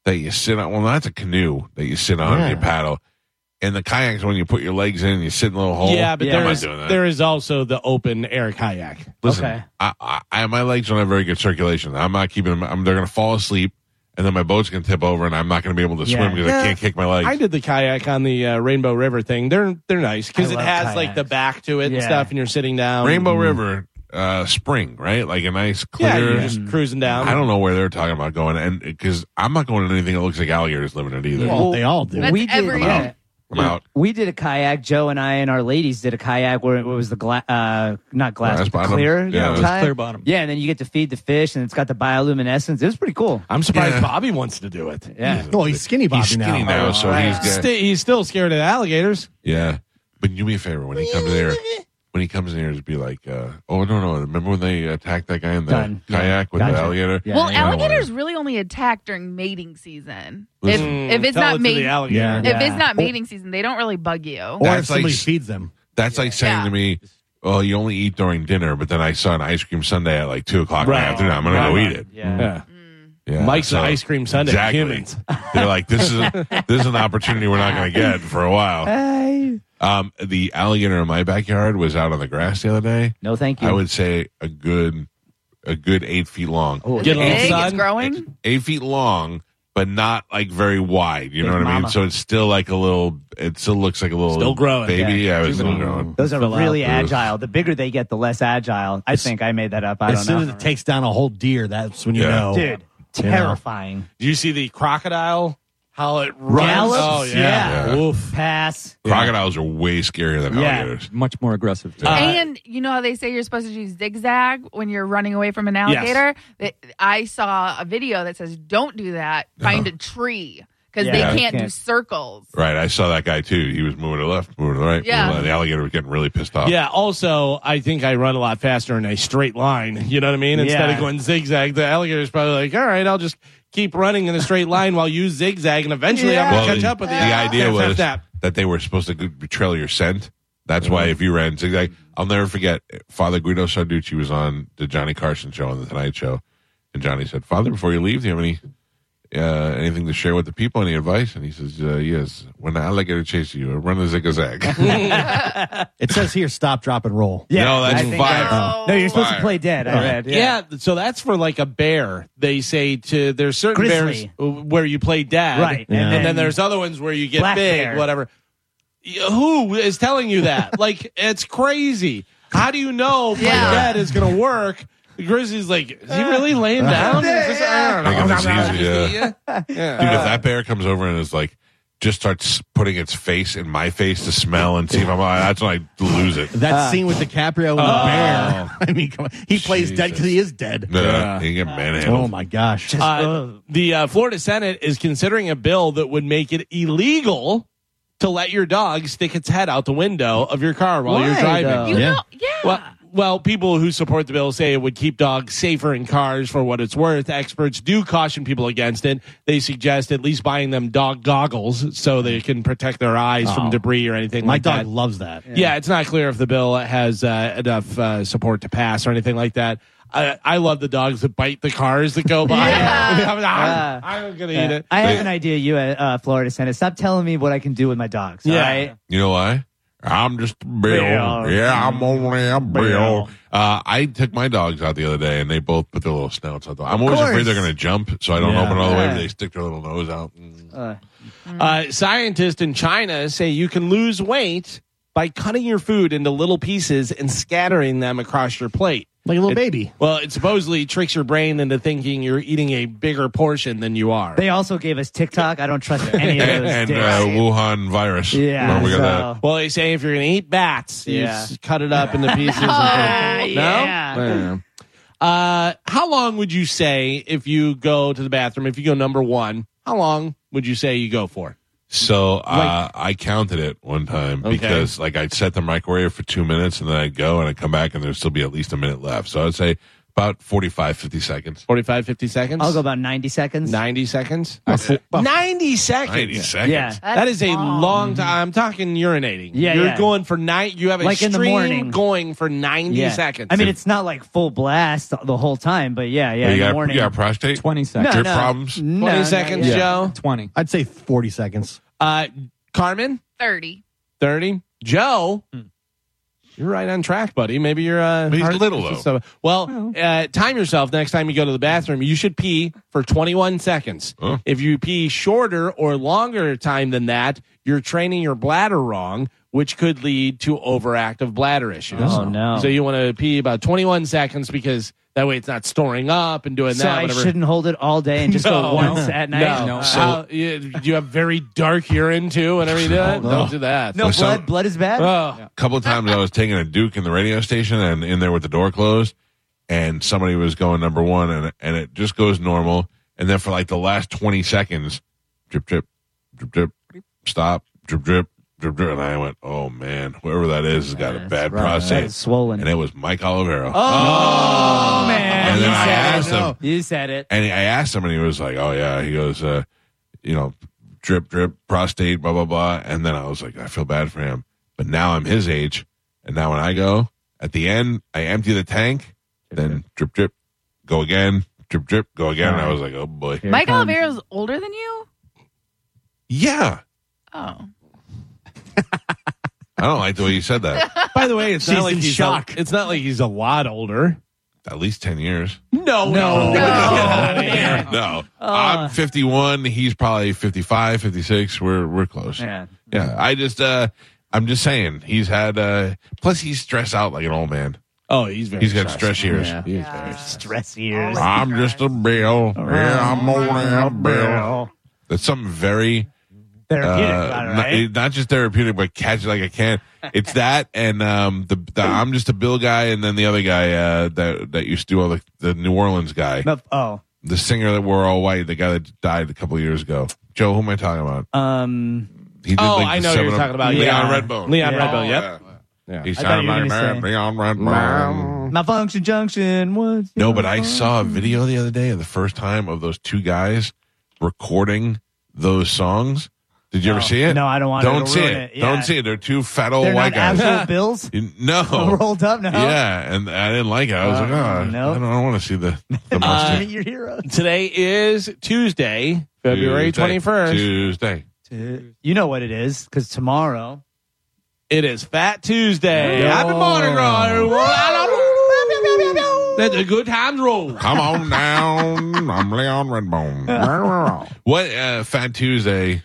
S2: that you sit on. Well, that's a canoe that you sit on and you
S6: Yeah.
S2: paddle. And the kayaks when you put your legs in, and you sit in a little hole.
S3: yeah, but
S4: yeah.
S3: there
S4: I'm not
S3: is
S2: doing that.
S3: there is also the open air kayak.
S2: Listen,
S4: Okay.
S2: I, I, I my legs don't have very good circulation. I'm not keeping them. I'm, they're going to fall asleep, and then my boat's going to tip over, and I'm not going to be able to
S4: Yeah.
S2: swim because
S3: Yeah.
S2: I can't kick my legs.
S3: I did the kayak on the uh, Rainbow River thing. They're they're nice because
S4: I
S3: it
S4: love
S3: has like
S4: kayaks.
S3: the back to it and
S4: Yeah.
S3: stuff, and you're sitting down.
S2: Rainbow River uh, Spring, right? Like a nice clear.
S3: yeah, you're just cruising down.
S2: I don't know where they're talking about going, and because I'm not going to anything that looks like alligators living it either.
S6: Well, they all do.
S8: That's
S4: we did,
S8: every-
S4: yeah,
S2: I'm out.
S4: we did a kayak. Joe and I and our ladies did a kayak where it was the gla- uh, not glass,
S2: Glass
S4: but the
S2: bottom.
S4: clear,
S2: Yeah, it was
S4: kayak.
S5: clear bottom.
S4: Yeah, and then you get to feed the fish, and it's got the bioluminescence. It was pretty cool.
S3: I'm surprised
S2: Yeah.
S3: Bobby wants to do it.
S4: Yeah,
S6: Oh, he's skinny Bobby
S2: He's skinny now, so Oh, he's
S3: Sti-
S2: good.
S3: he's still scared of alligators.
S2: Yeah, but do me a favor when he comes there. When he comes in here, just be like, uh, "Oh no, no! Remember when they attacked that guy in the
S4: Done. Yeah.
S2: kayak with
S4: Gotcha.
S2: the alligator?
S4: Yeah,
S8: well,
S4: yeah, yeah.
S8: alligators really only attack during mating season. If,
S2: Listen.
S8: if it's
S3: Tell it
S8: not
S3: to
S8: mating,
S3: the alligator.
S6: Yeah.
S8: if it's not mating season, they don't really bug you.
S6: Or if
S2: That's like
S6: somebody
S2: s-
S6: feeds them.
S2: That's like saying
S8: Yeah.
S2: to me, "Well, you only eat during dinner," but then I saw an ice cream sundae at like two o'clock in
S3: Right.
S2: the afternoon. I'm gonna go
S3: Right.
S2: eat it.
S4: yeah.
S3: Yeah.
S2: Yeah,
S3: Mike's
S2: so-
S3: an ice cream sundae.
S2: Exactly.
S3: Humans.
S2: They're like, "This is a, this is an opportunity we're not gonna get for a while."
S4: Hey.
S2: Um, the alligator in my backyard was out on the grass the other day.
S4: No, thank you.
S2: I would say a good a good eight feet long.
S4: Oh,
S3: Get
S8: Big,
S3: a little
S8: it's
S3: sun.
S8: growing.
S2: eight feet long, but not like very wide. You know
S4: Big
S2: what I mean?
S4: mama.
S2: So it's still like a little. It still looks like a little
S3: Still growing.
S2: baby. Yeah, it's still
S4: Juvenile.
S2: growing.
S4: Those are
S6: Fill out
S4: really
S2: those.
S4: agile. The bigger they get, the less agile. I think I made that up. I
S6: As
S4: don't
S6: soon
S4: know.
S6: as it takes down a whole deer, that's when you
S2: Yeah.
S6: know.
S4: Dude, terrifying.
S3: Do you see the crocodile? How it runs?
S4: Gallops?
S3: Oh
S2: Yeah.
S3: yeah. Oof.
S4: Pass.
S2: Crocodiles are way scarier than
S4: Yeah.
S2: alligators.
S5: Much more aggressive. Too.
S8: and you know how they say you're supposed to do zigzag when you're running away from an alligator? That- I saw a video that says don't do that. Find a tree because
S4: Yeah,
S8: they
S4: you
S8: can't, do
S4: can't.
S8: circles.
S2: Right, I saw that guy too. He was moving to the left, moving to the right. moving
S8: Yeah.
S2: to the left. the alligator was getting really pissed off.
S3: Yeah. Also, I think I run a lot faster in a straight line. You know what I mean? Instead
S4: Yeah.
S3: of going zigzag, the alligator's probably like, "All right, I'll just keep running in a straight line while you zigzag, and eventually I'm
S2: Well,
S3: gonna
S2: the,
S3: catch up with
S2: the
S3: you."
S2: idea
S3: Tap, tap,
S2: was
S3: tap.
S2: that they were supposed to go- trail your scent. That's
S3: Mm-hmm.
S2: why if you ran zigzag, I'll never forget. Father Guido Sarducci was on the Johnny Carson show on the Tonight Show, and Johnny said, "Father, before you leave, do you have any uh, anything to share with the people? Any advice?" And he says, uh, "Yes. When the alligator chases you, run a zigzag."
S6: It says here stop, drop, and roll.
S4: Yeah,
S2: No, that's
S4: I think
S2: fire.
S4: that's- No, you're supposed
S2: Fire.
S4: to play dead. I read. Yeah.
S3: Yeah. so that's for like a bear. They say to there's certain
S4: Grizzly.
S3: bears uh, where you play dead,
S4: Right,
S3: And,
S4: and
S3: then,
S4: then
S3: there's other ones where you get
S4: black
S3: big,
S4: bear.
S3: whatever. Y- Who is telling you that? like it's crazy. How do you know play
S8: Yeah.
S3: dead is gonna work? The grizzly's like, is he
S4: Uh,
S3: really laying
S4: uh-huh.
S3: down? Is this- uh, I don't know.
S2: Making this easy, yeah.
S3: Yeah.
S2: Dude, if that bear comes over and is like, just starts putting its face in my face to smell and see if I'm. That's when I lose it.
S6: That scene with DiCaprio and the bear. I mean, come on. He plays dead
S2: Jesus.
S6: because he is dead.
S2: No, you uh, get manhandled.
S6: Oh my gosh.
S3: Uh, the uh, Florida Senate is considering a bill that would make it illegal to let your dog stick its head out the window of your car while you're
S4: Why,
S3: driving.
S4: though?
S8: You
S6: Yeah.
S8: know, yeah.
S3: Well, well, people who support the bill say it would keep dogs safer in cars for what it's worth. Experts do caution people against it. They suggest at least buying them dog goggles so they can protect their eyes from
S6: Oh.
S3: debris or anything
S6: my
S3: like
S6: dog
S3: that.
S6: loves that.
S3: Yeah, it's not clear if the bill has uh, enough uh, support to pass or anything like that. I, I love the dogs that bite the cars that go by.
S8: Yeah.
S3: I'm,
S4: Yeah.
S3: I'm gonna eat
S4: Yeah.
S3: it.
S4: I have an idea, you at uh, Florida Senate. Stop telling me what I can do with my dogs.
S3: Yeah.
S4: All right?
S2: You know why? I'm just a Bill.
S4: Bill.
S2: Yeah, I'm only a Bill.
S4: Bill.
S2: Uh, I took my dogs out the other day, and they both put their little snouts out. The- I'm always
S4: course.
S2: afraid they're going to jump, so I don't
S6: Yeah.
S2: open all the way.
S4: Yeah.
S2: But they stick their little nose out. Mm.
S4: Uh,
S3: Uh, scientists in China say you can lose weight by cutting your food into little pieces and scattering them across your plate.
S6: Like a little
S3: It-
S6: baby.
S3: Well, it supposedly tricks your brain into thinking you're eating a bigger portion than you are.
S4: they also gave us TikTok. I don't trust any of
S2: And,
S4: those.
S2: and
S4: dicks.
S2: uh, Wuhan virus.
S4: yeah.
S2: Where we got
S4: so-
S3: well, they say if you're going to eat bats, you
S4: Yeah.
S3: s- cut it up into pieces. and
S4: Oh,
S8: Ah,
S3: put-
S8: yeah.
S3: No? I don't know. Uh, how long would you say if you go to the bathroom, if you go number one, how long would you say you go for?
S2: that. So uh, I counted it one time
S3: Okay.
S2: because, like, I'd set the microwave for two minutes, and then I'd go and I'd come back, and there'd still be at least a minute left. So I'd say about 45, 50 seconds.
S3: 45, 50 seconds?
S4: I'll go Oh, about 90 seconds.
S3: 90 seconds? 90 seconds.
S2: 90 seconds.
S4: Yeah.
S3: That is a long time. I'm talking urinating.
S4: Yeah,
S3: you're
S4: yeah.
S3: going for night. You have a
S4: Like in the
S3: stream
S4: morning.
S3: going for 90
S4: Yeah.
S3: seconds.
S4: I mean, it's not like full blast the whole time, but yeah,
S2: you,
S4: yeah. in the
S2: got,
S4: morning.
S2: you got prostate?
S5: 20 seconds.
S2: Drip problems?
S4: No,
S3: 20
S4: no,
S3: seconds,
S4: yeah.
S3: Joe.
S5: 20.
S6: I'd say 40 seconds.
S3: Uh, Carmen,
S8: 30.
S3: 30. Joe, you're right on track, buddy. Maybe you're uh,
S2: But Hmm. he's
S3: hard-
S2: little, though.
S3: So, well, uh, time yourself next time you go to the bathroom. You should pee for 21 seconds.
S2: Huh.
S3: If you pee shorter or longer time than that, you're training your bladder wrong, which could lead to overactive bladder issues.
S4: Oh, no.
S3: So you want to pee about 21 seconds because that way it's not storing up and doing
S4: So
S3: that.
S4: I
S3: whatever.
S4: shouldn't hold it all day and just
S3: No.
S4: go once at night.
S3: No.
S5: No.
S3: So, How, you, you have very dark urine too, whenever you do that. Don't do that.
S4: No
S2: So-
S4: blood. Blood is bad.
S3: Oh.
S2: couple of times I was taking a Duke in the radio station and in there with the door closed, and somebody was going number one, and and it just goes normal, and then for like the last twenty seconds, drip drip, drip drip, stop, drip drip, drip drip, and I went, oh man, whoever that is has got a bad prostate,
S4: It's swollen.
S2: and it was Mike Olivero.
S4: oh, man.
S2: and
S4: You
S2: then I
S4: said
S2: asked
S4: it.
S2: him,
S4: You said it.
S2: and I asked him, and he was like, "Oh yeah," he goes, uh, "You know, drip, drip, prostate, blah blah blah." And then I was like, "I feel bad for him," but now I'm his age, and now when I go at the end, I empty the tank, then drip, drip, go again, drip, drip, go again. And I was like, "Oh boy,
S4: Here it
S8: Mike
S4: comes.
S8: Oliveira's older than you?
S2: yeah."
S8: Oh.
S2: I don't like the way you said that.
S3: By the way, it's
S6: She's
S3: not like
S6: in
S3: he's
S6: shock.
S3: A, it's not like he's a lot older.
S2: At least ten years.
S3: No, no,
S2: No, I'm 51. He's probably 55, 56. We're we're close.
S4: Yeah.
S2: Yeah, I just uh I'm just saying he's had uh plus he's stressed out like an old man.
S3: Oh, he's very.
S2: He's got stress ears.
S3: Yeah.
S4: Stress ears.
S2: I'm just a bill. Yeah, I'm only a bill. That's something very
S4: Therapeutic. all
S2: uh,
S4: right.
S2: not, not just therapeutic, but catch it like a can. It's that and um the, the I'm just a bill guy, and then the other guy uh that that used to do all the the New Orleans guy,
S4: No, oh.
S2: the singer that wore all white, the guy that died a couple of years ago. Joe, who am I talking about?
S4: Um,
S2: He did,
S3: Oh,
S2: like,
S3: I
S2: the
S3: know who you're
S2: seven of-
S3: talking about.
S2: Leon
S3: Yeah.
S2: Redbone. Oh,
S3: Leon
S4: Yeah.
S3: Redbone. Yep.
S2: Yeah. He's
S4: I thought
S2: sounding
S4: you were
S2: like
S4: gonna
S2: man,
S4: say-
S2: Leon Redbone.
S4: malfunction junction. What?
S2: No, but I saw a video the other day of the first time of those two guys recording those songs. Did you ever see it?
S4: No, I don't want
S2: Don't
S4: to
S2: see
S4: ruin
S2: it.
S4: it. Yeah.
S2: Don't see it. They're two fat old
S4: They're
S2: white
S4: not
S2: guys.
S4: actual bills
S2: no.
S4: rolled up now.
S2: Yeah, and I didn't like it. I was
S4: Oh,
S2: like, oh,
S4: no.
S2: I don't, want to see the, the
S4: Uh,
S2: mustard.
S4: your heroes.
S3: Today is Tuesday, February
S2: Tuesday.
S3: twenty first.
S2: Tuesday.
S4: You know what it is, because tomorrow.
S3: It is Fat Tuesday. Happy Mardi Gras, everyone. Let the good times roll.
S2: Come on down. I'm Leon Redbone. what uh, Fat Tuesday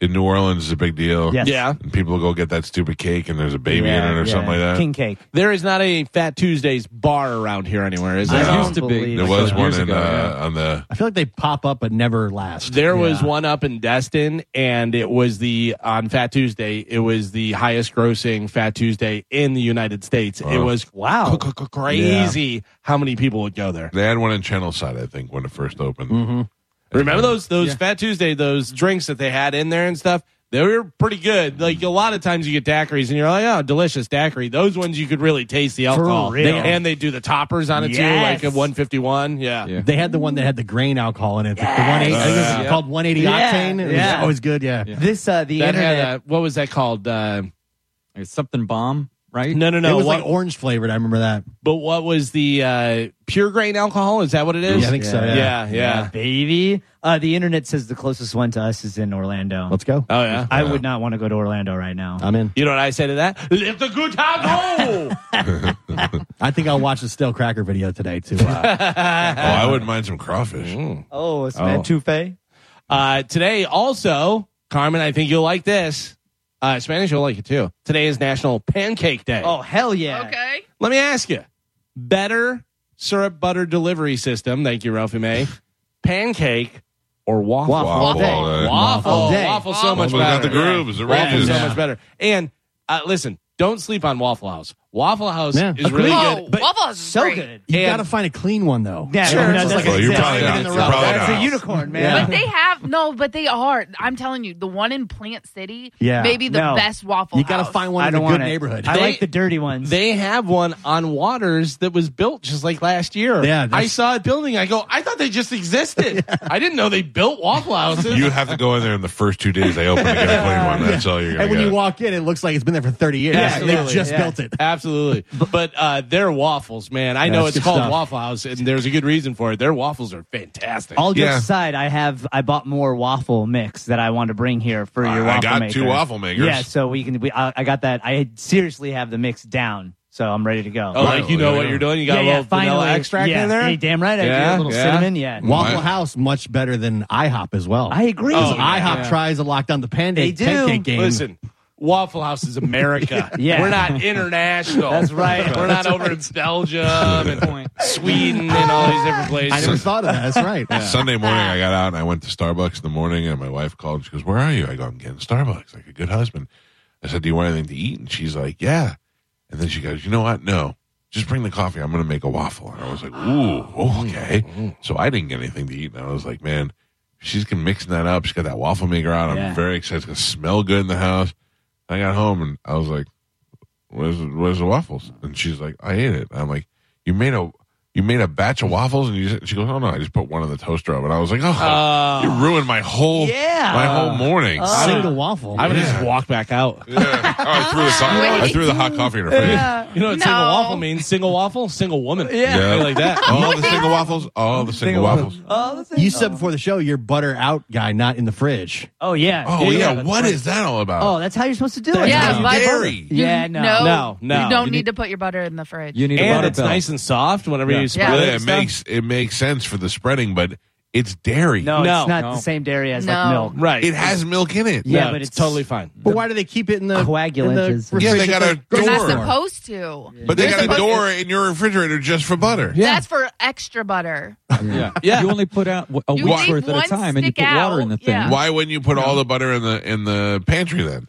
S2: in New Orleans is a big deal.
S4: Yes.
S3: Yeah.
S2: And people go get that stupid cake and there's a baby
S4: Yeah,
S2: in it or
S4: yeah.
S2: something like that.
S4: King cake.
S3: There is not a Fat Tuesdays bar around here anywhere, is
S5: There
S3: there?
S4: don't
S5: used to be.
S4: believe
S2: There
S4: it.
S2: was
S5: Yeah.
S2: one
S5: Years
S2: in,
S5: ago,
S2: uh, on the.
S6: I feel like they pop up but never last.
S3: There was one up in Destin, and it was the on Fat Tuesday. It was the highest grossing Fat Tuesday in the United States. It
S2: Wow.
S3: was wow, crazy how many people would go there.
S2: They had one in Channelside, I think, when it first opened.
S3: Remember those those Fat Tuesday those drinks that they had in there and stuff. They were pretty good. Like a lot of times you get daiquiris and you're like, oh, delicious daiquiri. Those ones you could really taste the alcohol.
S4: real.
S3: They- and they do the toppers on it too, like
S4: Yes.
S3: a 151. Yeah.
S5: Yeah.
S6: They had the one that had the grain alcohol in it. Like the 180, I think it was
S3: Yeah.
S6: called 180
S4: Yeah,
S6: octane. It was
S4: yeah.
S6: always good, yeah.
S4: This uh, the
S3: That
S4: internet.
S3: had a, what was that called? Uh,
S5: Like something bomb, right?
S3: no, no, no.
S6: it was
S3: what-
S6: like orange flavored. I remember that.
S3: But what was the uh, pure grain alcohol? Is that what it is?
S6: Yeah, I think so. Yeah.
S3: Yeah, yeah.
S4: baby. Uh, the internet says the closest one to us is in Orlando.
S6: Let's go.
S3: Oh yeah.
S4: I would not want to go to Orlando right now.
S6: I'm in.
S3: You know what I say to that? Let the good time go.
S6: I think I'll watch the stale cracker video today too. Uh,
S2: Oh, I wouldn't mind some crawfish.
S3: Mm-hmm.
S4: Oh, it's oh. Tufe.
S3: uh, today also, Carmen, I think you'll like this. Uh, Spanish, you'll like it too. Today is National Pancake Day.
S4: Oh hell yeah!
S8: Okay.
S3: Let me ask you: better syrup butter delivery system? Thank you, Ralphie May. Pancake or waffle?
S4: Waffle.
S2: Waffle.
S4: Day.
S2: uh,
S3: Waffle,
S4: Waffle day.
S3: waffle, so much
S2: Waffle's got
S3: better.
S2: the grooves, the
S3: Waffle's
S2: ridges.
S3: so much better. And uh, listen, don't sleep on Waffle House. Waffle House
S6: Yeah.
S3: is really
S8: Whoa,
S3: good.
S6: but-
S8: Waffle House is
S4: So
S8: great.
S4: good.
S6: you
S3: And-
S6: got to find a clean one though.
S4: Yeah,
S6: Someone
S4: no,
S6: that's
S4: that's
S6: like
S4: Well,
S6: a
S4: you're
S6: six
S2: probably
S6: in
S2: not.
S6: the
S2: You're
S6: row.
S2: probably
S6: That's
S4: That's
S6: a
S2: not.
S4: a
S6: uni-
S4: unicorn,
S6: Yeah.
S4: man.
S8: But they have no, but they are. I'm telling you, the one in Plant City,
S6: Yeah.
S8: maybe the
S4: No.
S8: best waffle.
S6: You got to
S8: House.
S6: find one
S4: I
S6: in a
S4: don't
S6: good
S4: want it.
S6: neighborhood.
S4: I
S3: They-
S4: like the dirty ones.
S3: They have one on Waters that was built just like last year.
S6: Yeah, that's-
S3: I saw it building. I go, I thought they just existed. I didn't know they built Waffle Houses.
S2: You have to go in there in the first two days they open to get a clean one. That's all you're going
S6: and
S2: to
S6: when
S2: get.
S6: you walk in, it looks like it's been there for 30 years.
S4: Yeah,
S6: they
S4: absolutely,
S6: just
S4: yeah.
S6: built it.
S3: absolutely. But uh, their waffles, man. I know
S6: That's
S3: it's
S6: good
S3: called
S6: stuff.
S3: Waffle House, and there's a good reason for it. Their waffles are fantastic.
S4: All jokes
S2: Yeah.
S4: aside, I have I bought more waffle mix that I want to bring here for your
S2: I
S4: waffle
S2: got
S4: maker.
S2: two waffle makers.
S4: Yeah, so we can. We, I, I got that. I seriously have the mix down, so I'm ready to go.
S3: oh, like you know what you're doing. You got
S4: yeah,
S3: a
S4: yeah,
S3: little vanilla
S4: finally.
S3: extract
S4: yeah.
S3: in there.
S4: Hey, damn right. I
S3: Yeah,
S4: do. A little
S3: yeah.
S4: cinnamon. Yeah,
S6: Waffle
S2: What?
S6: House much better than IHOP as well.
S4: I agree.
S3: Oh,
S6: IHOP tries to lock down the
S4: They
S6: pancake,
S4: do.
S6: pancake game.
S3: Listen, Waffle House is America.
S4: Yeah.
S3: We're not international.
S4: That's right.
S3: We're not over in Belgium and Sweden and all these different
S6: I
S3: places.
S6: never thought of that. That's right.
S2: Sunday morning, I got out and I went to Starbucks in the morning, and my wife called. And she goes, "Where are you?" I go, "I'm getting Starbucks, like a good husband." I said, "Do you want anything to eat?" And she's like, "Yeah." And then she goes, "You know what? No, just bring the coffee. I'm going to make a waffle." And I was like, "Ooh, okay." So I didn't get anything to eat, and I was like, "Man, she's gonna mixing that up. She's got that waffle maker out. I'm
S4: Yeah.
S2: very excited. It's gonna smell good in the house." I got home and I was like, "Where's where's the waffles?" And she's like, "I ate it." I'm like, "You made a you made a batch of waffles?" And you, just- she goes, "Oh no, I just put one in the toaster oven." I was like, "Oh, you ruined my whole
S4: Yeah. Oh.
S2: my whole morning."
S6: Single waffle.
S3: I would
S2: Yeah.
S3: just walk back out.
S2: Yeah. Oh, I threw the so- I threw the hot coffee in her face.
S3: You know what
S8: No.
S3: single waffle means? Single waffle, single woman.
S2: Yeah.
S3: Like that.
S2: All the single waffles, all the single waffles.
S4: Oh, that's it.
S6: you said before the show you're butter out guy, not in the fridge.
S4: Oh yeah.
S2: Oh
S4: yeah.
S2: yeah, what is that all about?
S4: Oh, that's how you're supposed to do it.
S8: Yeah,
S2: How
S8: but-
S2: dairy.
S4: Yeah, no.
S8: no,
S3: No, no.
S8: You don't
S3: You
S8: need to put your butter in the fridge.
S5: You need a
S3: And
S5: butter
S3: it's
S5: belt.
S3: nice and soft whenever you spread
S8: Yeah.
S3: it.
S2: Yeah,
S3: and
S2: it
S3: stuff.
S2: makes it makes sense for the spreading, but it's dairy.
S4: No,
S3: No.
S4: it's not
S5: No.
S4: the same dairy as
S8: No.
S4: like milk.
S3: right.
S2: It has milk in it.
S4: Yeah,
S3: No,
S4: but
S3: it's,
S4: it's
S3: totally fine.
S6: But why do they keep it in the
S4: Coagulant
S6: in the
S4: is-
S6: refrigerator?
S2: Yeah, they got a
S8: You're
S2: door.
S8: not supposed to.
S2: But they
S8: You're
S2: got a
S8: supposed-
S2: door in your refrigerator just for butter.
S8: That's for extra butter.
S5: Yeah.
S3: Yeah.
S5: You only put out a
S8: You
S5: week's
S8: leave
S5: worth at
S8: one
S5: a time, and you
S8: stick
S5: put
S8: out.
S5: water in the thing.
S8: Yeah.
S2: Why wouldn't you put all the butter in the in the pantry then?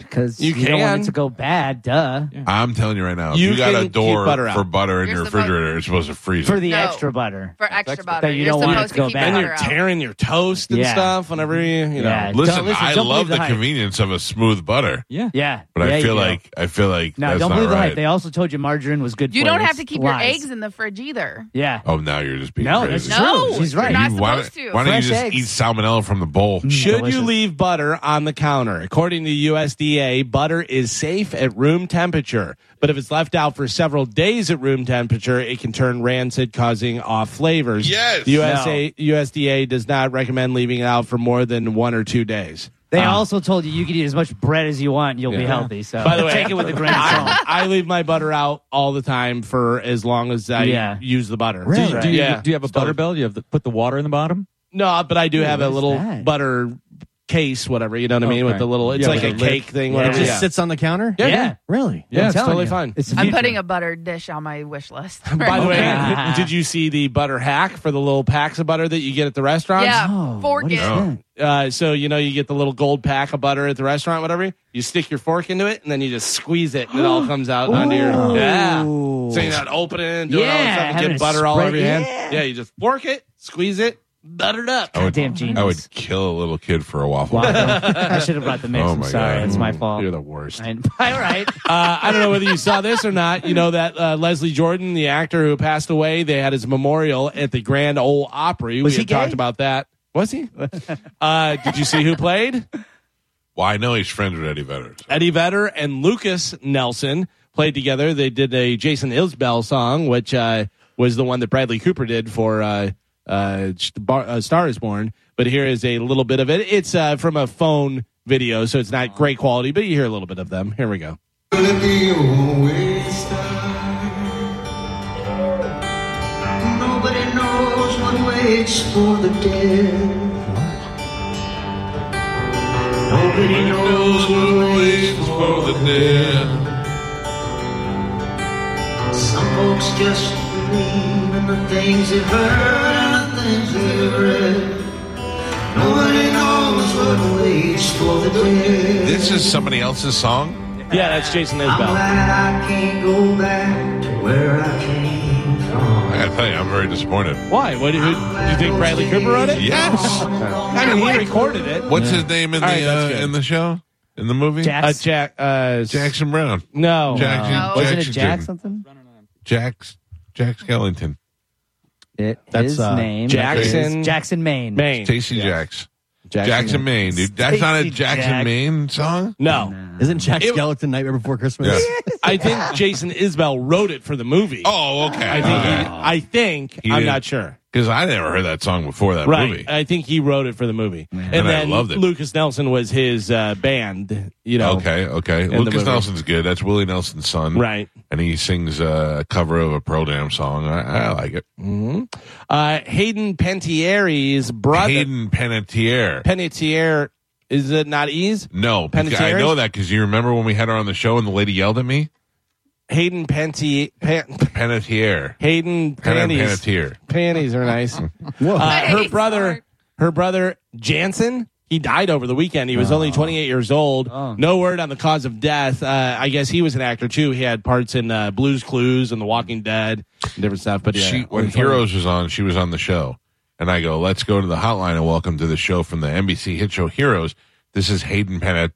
S4: because
S3: You
S4: you, don't want
S3: can.
S4: it to go bad. Duh.
S2: I'm telling you right now, if
S3: You
S2: you, got
S3: can
S2: a
S3: keep
S2: door
S3: butter out.
S2: for butter in
S8: You're
S2: your
S8: supposed-
S2: refrigerator, it's supposed to freeze.
S4: For the
S8: No.
S4: extra butter.
S8: For extra butter.
S4: That you
S8: are
S4: don't want it
S8: supposed
S4: to go
S8: keep
S4: bad.
S3: And
S8: your
S3: you're
S8: butter out.
S3: tearing your toast and
S4: Yeah.
S3: stuff whenever you, you know.
S4: Yeah.
S3: Yeah.
S4: Don't
S2: Listen,
S4: listen,
S2: I
S4: don't
S2: love
S4: believe
S2: the,
S4: the hype.
S2: convenience of a smooth butter,
S5: Yeah.
S4: Yeah.
S2: but
S4: Yeah,
S2: I
S4: you
S2: feel
S4: do.
S2: like I feel like
S4: No,
S2: that's
S4: don't
S2: not
S4: believe the
S2: right.
S4: hype. They also told you margarine was good.
S8: You
S4: for
S8: don't
S4: you.
S8: have
S4: It's
S8: to keep
S4: lies.
S8: your eggs in the fridge either.
S4: Yeah.
S2: oh, now you're just being
S4: No,
S2: crazy.
S4: that's
S8: No,
S4: true. She's
S8: you're
S4: right.
S8: not
S2: You- why,
S8: supposed
S2: don't-
S8: to.
S2: why don't you
S4: Fresh
S2: just
S4: eggs. Mm.
S2: eat salmonella from the bowl?
S3: Should you
S4: delicious.
S3: leave butter on the counter? According to the USDA, butter is safe at room temperature, but if it's left out for several days at room temperature, it can turn rancid, causing off flavors.
S2: Yes.
S3: The USA, USDA does not recommend leaving it out for more than one or two days.
S4: They also told you you could eat as much bread as you want. and You'll be healthy. So
S3: By the way,
S4: take it with a grain of salt.
S3: I, I leave my butter out all the time for as long as I
S4: Yeah.
S3: use the butter.
S5: Do, you- do you,
S3: Yeah.
S5: do you have a butter belt? You have to put the water in the bottom.
S3: No, but I do have a
S4: what is
S3: little
S4: that?
S3: butter case, whatever. You know what I mean?
S5: Okay.
S3: With the little, it's
S5: Yeah,
S3: like
S5: with
S3: a
S5: the lid.
S3: cake thing,
S4: Yeah.
S6: It
S3: whatever.
S6: just
S3: Yeah.
S6: sits on the counter.
S3: Yeah.
S6: Really?
S3: Yeah,
S4: I'm
S3: it's
S4: telling
S3: totally
S4: you.
S3: fine.
S4: It's the
S8: I'm
S4: future.
S8: putting a buttered dish on my wish list.
S3: By the way,
S4: Okay.
S3: did you see the butter hack for the little packs of butter that you get at the restaurants?
S8: yeah,
S4: Oh,
S8: fork
S4: what
S8: it.
S4: is that?
S3: Uh, so you know you get the little gold pack of butter at the restaurant, whatever. You stick your fork into it, and then you just squeeze it, and it all comes out onto your yeah.
S4: Ooh.
S3: So you're not opening it, and doing all
S4: Yeah,
S3: that stuff, and
S4: having
S3: get
S4: it
S3: butter all
S4: spread-
S3: over your hand.
S4: yeah.
S3: Yeah, you just fork it, squeeze it, butter it up.
S2: I would,
S4: Goddamn
S2: I
S4: genius.
S2: would kill a little kid for a waffle.
S4: Wow. I should have brought the mix.
S2: Oh
S4: I'm
S2: my
S4: sorry.
S2: God.
S4: It's my fault.
S3: You're the worst.
S4: I- all right.
S3: Uh, I don't know whether you saw this or not. You know that uh, Leslie Jordan, the actor who passed away, they had his memorial at the Grand Ole Opry.
S4: Was
S3: we
S4: he
S3: had talked
S4: gay?
S3: about that. Was he? uh, did you see who played?
S2: Well, I know he's friends with Eddie Vedder. so-
S3: Eddie Vedder and Lucas Nelson played together. They did a Jason Isbell song, which uh, was the one that Bradley Cooper did for uh, uh, Bar- uh, Star is Born. But here is a little bit of it. It's uh, from a phone video, so it's not great quality, but you hear a little bit of them. Here we go.
S9: Nobody knows what waits for the dead. Nobody knows what waits for the dead. Some folks just believe in the things they've heard and the things they've read. Nobody knows what waits for the dead.
S2: This is somebody else's song.
S3: Yeah, that's Jason
S9: I'm
S3: Isbell.
S9: glad I can't go back to where I came from.
S2: I gotta tell you, I'm very disappointed.
S3: Why? What do you, do you think Bradley Cooper wrote it?
S2: Yes.
S3: I mean, he recorded it.
S2: What's his name in the
S3: All right, that's
S2: uh,
S3: good.
S2: in the show in the movie?
S4: Jack-
S3: Uh, Jack. Oh, Uh,
S2: Jackson Brown.
S3: No.
S2: Jackson.
S8: No.
S4: Wasn't it
S2: Jackson
S4: Jack
S2: Jr.
S4: something?
S2: Jack. Jack Skellington.
S4: It,
S6: That's,
S4: his
S6: uh,
S4: name
S3: Jackson-
S4: is Jackson Maine.
S3: Maine.
S2: Stacy Jacks. Jackson, Maine, dude. That's not a
S6: Stacy
S2: Jackson
S6: Jack.
S2: Maine song.
S3: No.
S6: Isn't Jack
S3: It-
S6: Skeleton Nightmare Before Christmas?
S3: I think Jason Isbell wrote it for the movie.
S2: Oh, okay.
S3: I think. He, I think.
S2: He
S3: I'm
S2: didn't-
S3: not sure.
S2: Because I never heard that song before that
S3: right.
S2: movie.
S3: I think he wrote it for the movie, and,
S2: And I
S3: then
S2: loved it.
S3: Lucas Nelson was his uh, band. You know.
S2: okay, okay.
S3: Uh, the
S2: Lucas
S3: movie.
S2: Nelson's good. That's Willie Nelson's son,
S3: Right.
S2: And he sings uh, a cover of a Pro Dam song. I, I like it.
S3: Uh, Hayden Pantieri's brother.
S2: Hayden Panettiere.
S3: Panettiere. Is it not ease?
S2: no, because I
S3: Panettiere?
S2: know that because you remember when we had her on the show and the lady yelled at me.
S3: Hayden Panti. Pan,
S2: Panettiere.
S3: Hayden
S2: Hayden
S3: panties.
S2: Panettiere.
S3: Panties are nice.
S6: Whoa.
S3: Uh, her
S8: Nice.
S3: brother, her brother Jansen, he died over the weekend. He was only 28 years old.
S4: Oh.
S3: No word on the cause of death. Uh, I guess he was an actor too. He had parts in uh, Blues Clues and The Walking Dead, and different stuff. But yeah,
S2: she when Heroes was on, she was on the show, and I go, "Let's go to the hotline and welcome to the show from the NBC hit show Heroes." This is Hayden Panet-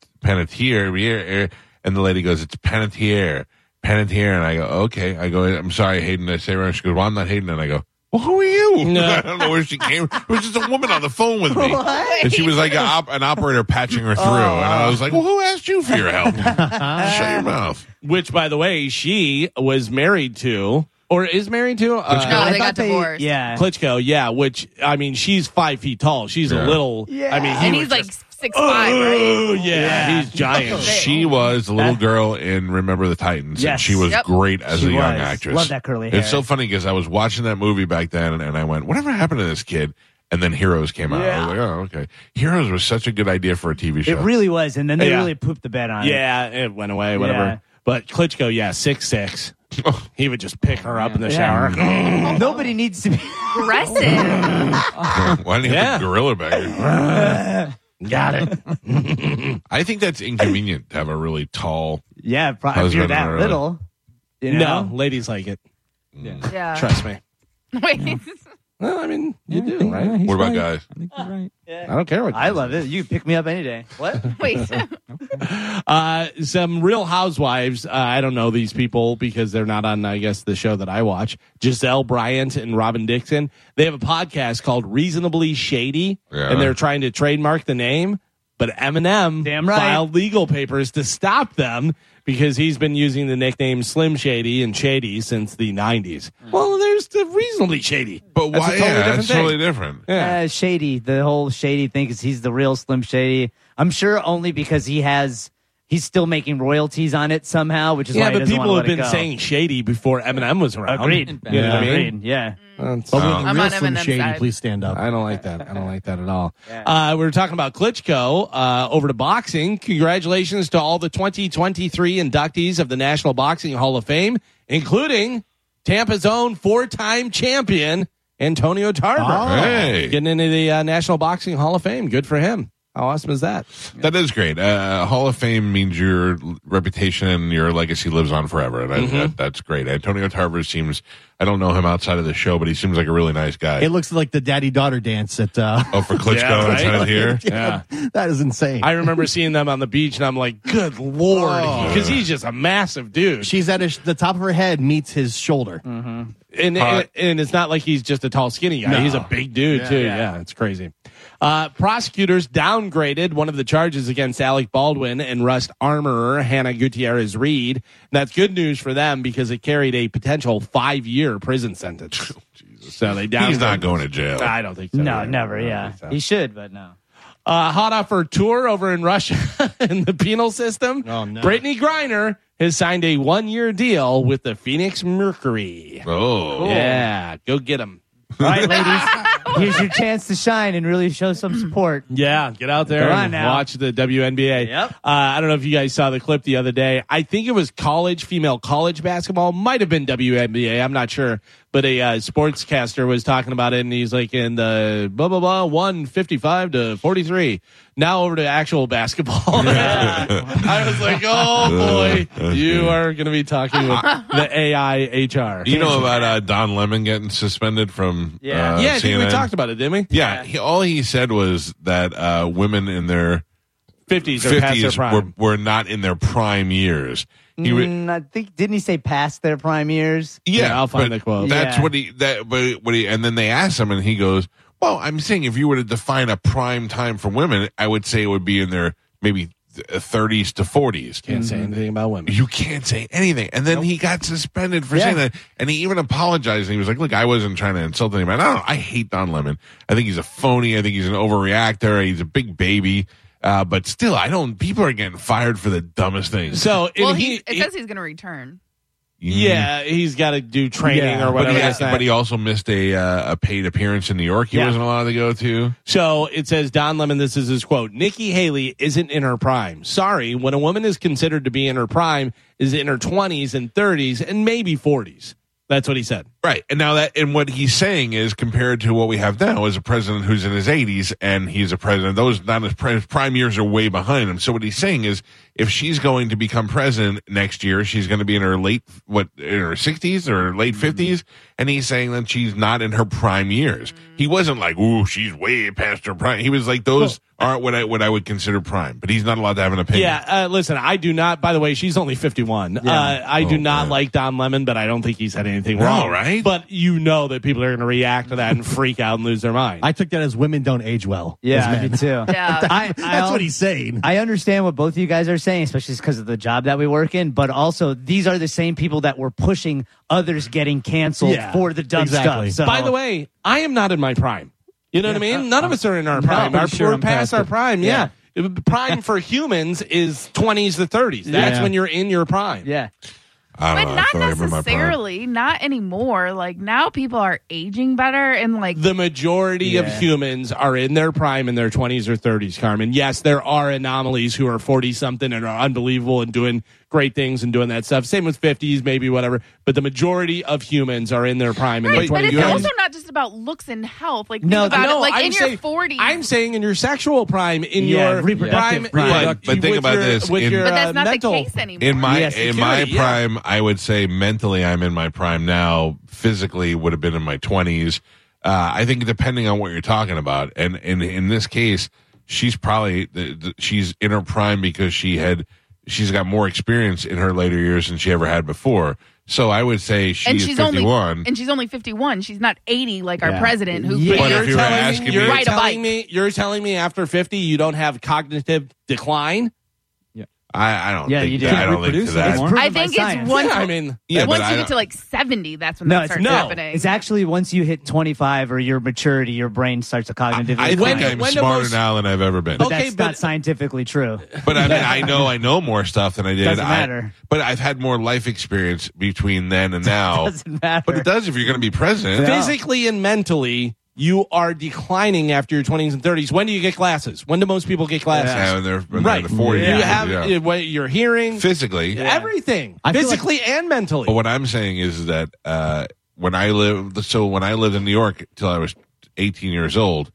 S2: Panettiere, and the lady goes, "It's Panettiere, Panettiere," and I go, "Okay." I go, "I'm sorry, Hayden." I say, "Wrong." She goes, "Well, I'm not Hayden," and I go. Well, who are you? I don't know where she came. It was just a woman on the phone with me, and she was like a op- an operator patching her through. and I was like, "Well, who asked you for your help? Shut your mouth."
S3: which by the way, she was married to, or is married to.
S8: No,
S3: Uh,
S8: Oh, they got
S4: thought they-
S8: divorced.
S4: Yeah.
S3: Klitschko, yeah, which I mean, she's five feet tall. She's
S2: Yeah.
S3: a little. I mean, he
S8: and
S3: was
S8: he's like
S3: just,
S8: six five, right?
S3: "Oh, yeah, he's giant.
S2: She was the little girl in Remember the Titans, and
S4: Yes.
S2: she was
S8: Yep.
S2: great as
S4: She
S2: a young
S4: was.
S2: actress.
S4: Love that curly hair.
S2: It's so funny because I was watching that movie back then, and, and I went, "Whatever happened to this kid?" And then Heroes came out. I was like, "Oh, okay." Heroes was such a good idea for a TV show.
S4: It really was, and then they
S3: Yeah.
S4: really pooped the bed on it.
S3: Yeah, it went away, whatever.
S4: Yeah.
S3: But Klitschko, yeah, six six. he would just pick her up in the shower.
S4: Nobody needs to be.
S8: Aggressive.
S2: Why didn't you have the
S3: Yeah.
S2: gorilla back? there?
S3: Got it.
S2: I think that's inconvenient to have a really tall.
S4: yeah, pro- if
S2: Husband
S4: you're that
S2: or-
S4: little. You know?
S3: No, ladies like it.
S8: yeah.
S3: Trust me.
S8: Wait.
S3: Well, I mean, you do,
S5: Yeah,
S3: right?
S5: he's
S2: What about
S5: right.
S2: guys?
S5: I think you're right.
S3: I don't care what.
S4: I love it. You can pick me up any day. What?
S8: Wait.
S3: Uh, some Real Housewives. Uh, I don't know these people because they're not on, I guess, the show that I watch. Giselle Bryant and Robin Dixon. They have a podcast called Reasonably Shady,
S2: Yeah.
S3: and they're trying to trademark the name. But Eminem
S4: Damn right.
S3: filed legal papers to stop them because he's been using the nickname Slim Shady and Shady since the '90s. Well, there's the reasonably shady,
S2: But why?
S3: That's a totally
S2: yeah,
S3: different
S2: that's
S3: thing.
S2: totally different.
S4: Uh, shady. The whole shady thing is he's the real Slim Shady. I'm sure only because he has. He's still making royalties on it somehow, which is why
S3: yeah,
S4: he
S3: but
S4: doesn't
S3: people
S4: wanna
S3: have
S4: let it
S3: been
S4: go.
S3: saying shady before Eminem was around.
S4: Agreed.
S3: You know what I mean? Oh.
S4: Agreed. Yeah.
S3: That's-
S6: But when the
S8: I'm
S6: real
S8: on
S6: Slim
S8: Eminem's
S6: Shady,
S8: side.
S6: please stand up.
S3: I don't like that. I don't like that at all. Uh, we were talking about Klitschko. Uh, over to boxing. Congratulations to all the 2023 inductees of the National Boxing Hall of Fame, including Tampa's own four-time champion Antonio Tarver,
S2: Hey.
S3: getting into the uh, National Boxing Hall of Fame. Good for him. How awesome is that?
S2: That is great. Uh, Hall of Fame means your l- reputation and your legacy lives on forever, and I,
S3: Mm-hmm.
S2: that, that's great. Antonio Tarver seems. I don't know him outside of the show, but he seems like a really nice guy.
S6: It looks like the daddy daughter dance at. Uh,
S2: oh, for Klitschko
S3: Yeah, right?
S2: outside of here.
S3: Yeah.
S6: that is insane.
S3: I remember seeing them on the beach, and I'm like, "Good lord," Oh. because he's just a massive dude.
S6: She's at his, the top of her head meets his shoulder.
S3: and,
S2: Hot.
S3: and and it's not like he's just a tall skinny guy. He's a big dude too. Yeah. it's crazy. Uh, prosecutors downgraded one of the charges against Alec Baldwin and Rust armorer Hannah Gutierrez Reed. And that's good news for them because it carried a potential five year prison sentence. So they downgraded.
S2: Oh, He's not going to jail.
S3: I don't think so.
S4: No,
S3: either.
S4: never.
S3: I don't
S4: Yeah.
S3: think so.
S4: He should, but no.
S3: Uh, hot off her tour over in Russia in the penal system,
S6: Oh, no.
S3: Brittany Griner has signed a one year deal with the Phoenix Mercury.
S2: Oh,
S3: Yeah, go get him.
S4: All right, ladies. here's your chance to shine and really show some support.
S3: Yeah, get out there
S4: Come on
S3: and
S4: now.
S3: watch the WNBA.
S4: Yep.
S3: Uh, I don't know if you guys saw the clip the other day. I think it was college female college basketball. Might have been WNBA. I'm not sure, but a uh, sportscaster was talking about it, and he's like, "In the blah blah blah, one fifty five to forty three. Now over to actual basketball." I was like, "Oh boy, you are going to be talking with the AI HR."
S2: You know about uh, Don Lemon getting suspended from
S4: Yeah.
S2: uh,
S3: yeah, I think we
S2: CNN?
S3: talked about it, didn't we?
S2: Yeah, he, all he said was that uh, women in their
S3: Fifties or past their
S2: fifties
S3: prime.
S2: were, were not in their prime years. He wa-
S4: Mm, I think didn't he say past their prime years?
S2: yeah,
S3: Yeah, I'll find
S2: but
S3: the quote.
S2: That's
S4: Yeah.
S2: what he that but what he and then they asked him and he goes, Well, I'm saying if you were to define a prime time for women, I would say it would be in their maybe th- 30s to 40s.
S3: Can't say anything about women.
S2: You can't say anything. And then he got suspended for
S3: Yeah.
S2: saying that. And he even apologized. And he was like, look, I wasn't trying to insult anybody. I don't know. I hate Don Lemon. I think he's a phony. I think he's an overreactor. He's a big baby. Uh, but still, I don't. People are getting fired for the dumbest things.
S3: So and
S8: well,
S3: he,
S8: he, it says he's going to return.
S3: yeah, he's got to do training
S6: Yeah,
S2: Mm.
S3: or
S2: But
S3: whatever.
S2: he,
S3: this,
S2: has-
S3: that.
S2: but he also missed a uh, a paid appearance in New York. He
S3: Yeah.
S2: wasn't allowed to go to.
S3: So it says Don Lemon, this is his quote Nikki Haley isn't in her prime. Sorry, when a woman is considered to be in her prime is in her 20s and 30s and maybe 40s. That's what he said.
S2: Right. And now that, and what he's saying is compared to what we have now is a president who's in his 80s and he's a president. Those, not his pri- prime years are way behind him. So what he's saying is if she's going to become president next year, she's going to be in her late, what, in her 60s or late 50s. And he's saying that she's not in her prime years. He wasn't like, ooh, she's way past her prime. He was like, those aren't what I, what I would consider prime, but he's not allowed to have an opinion.
S3: Yeah, uh, listen, I do not, by the way, she's only 51. Uh, I do
S2: Oh,
S3: not
S2: man.
S3: like Don Lemon, but I don't think he said anything
S2: No,
S3: wrong.
S2: right?
S3: But you know that people are going to react to that and freak out and lose their mind.
S6: I took that as women don't age well. as
S4: Yeah,
S6: men.
S4: me too.
S8: Yeah.
S4: I,
S6: That's
S4: I'll-
S6: what he's saying.
S4: I understand what both of you guys are saying, especially because of the job that we work in. But also, these are the same people that were pushing others getting canceled
S6: Yeah,
S4: for the dumb
S6: exactly.
S4: stuff. So,
S3: By the way, I am not in my prime. You know what I mean? None of us are in our
S4: No,
S3: prime.
S4: Oh. uh, I'm
S3: Our,
S4: sure
S3: we're
S4: I'm
S3: past
S4: past
S3: our
S4: it.
S3: prime. Yeah. It- Prime for humans is 20s to 30s. That's
S6: Yeah.
S3: when you're in your prime.
S4: yeah,
S2: I
S8: But
S2: don't know. I
S8: not
S2: feel like I'm in my prime.
S8: necessarily, not anymore. Like now people are aging better and like
S3: The majority of
S4: Yeah.
S3: humans are in their prime in their 20s or 30s, Carmen. Yes, there are anomalies who are 40 something and are unbelievable and doing great things and doing that stuff. Same with 50s, maybe whatever. But the majority of humans are in their prime in
S8: Right,
S3: their 20s.
S8: but it's
S2: you
S8: also
S2: have-
S8: not just about looks and health. Like
S4: No,
S8: think about
S3: No,
S8: it. Like
S3: I'm
S8: in
S3: saying,
S8: your 40s.
S3: I'm saying in your sexual prime, in
S4: Yeah,
S3: your
S4: reproductive prime.
S2: But- but think
S3: with
S2: about
S3: your-
S2: this,
S3: with
S2: in-
S3: your,
S8: but
S3: uh,
S8: that's not
S3: mental-
S8: the case anymore.
S2: in my
S3: Yeah,
S2: in my
S3: security, yeah.
S2: prime, I would say mentally I'm in my prime now. Physically would have been in my twenties. Uh, I think depending on what you're talking about, and in in this case, she's probably the, the, she's in her prime because she had she's got more experience in her later years than she ever had before. So I would say she
S8: and
S2: is
S8: she's
S2: 51.
S8: only and she's only 51. She's not 80 like our
S4: Yeah.
S8: president who
S4: Yeah.
S8: can't-
S2: But if you were
S3: telling me-
S2: asking me-
S3: you're
S8: Ride a bike.
S3: telling me you're telling me after 50 you don't have cognitive decline?
S2: I, I don't
S4: Yeah,
S2: think
S4: you do.
S2: that, I don't think to
S5: Reproduce it
S2: that.
S5: anymore.
S4: proven
S8: I
S4: by
S8: think
S4: science.
S8: it's one
S3: I mean,
S2: Yeah,
S8: once
S2: but
S8: you
S2: I
S8: get
S2: don't-
S8: to like 70, that's when
S4: No,
S8: that
S4: it's-
S8: starts
S3: no,
S8: happening.
S4: It's actually once you hit 25 or your maturity, your brain starts to cognitively.
S2: I think
S3: When-
S2: I'm
S3: when the
S2: smarter
S3: most-
S2: now than I've ever been.
S4: but
S3: Okay,
S4: that's
S3: but-
S4: not scientifically true.
S2: But I mean, I know I know more stuff than I did.
S4: Doesn't
S2: I-
S4: matter.
S2: but I've had more life experience between then and now.
S4: Doesn't matter.
S2: But it does if you're going to be president.
S4: Yeah.
S3: physically and mentally you are declining after your 20s and 30s. When do you get glasses? When do most people get glasses?
S2: Yeah, when they're, when
S3: Right.
S2: they're in the 40s.
S3: You have
S2: yeah.
S3: uh, what you're hearing
S2: Physically.
S3: everything.
S6: I feel like-
S3: physically and mentally.
S2: But what I'm saying is that uh, when I lived, so when I lived in New York till I was 18 years old,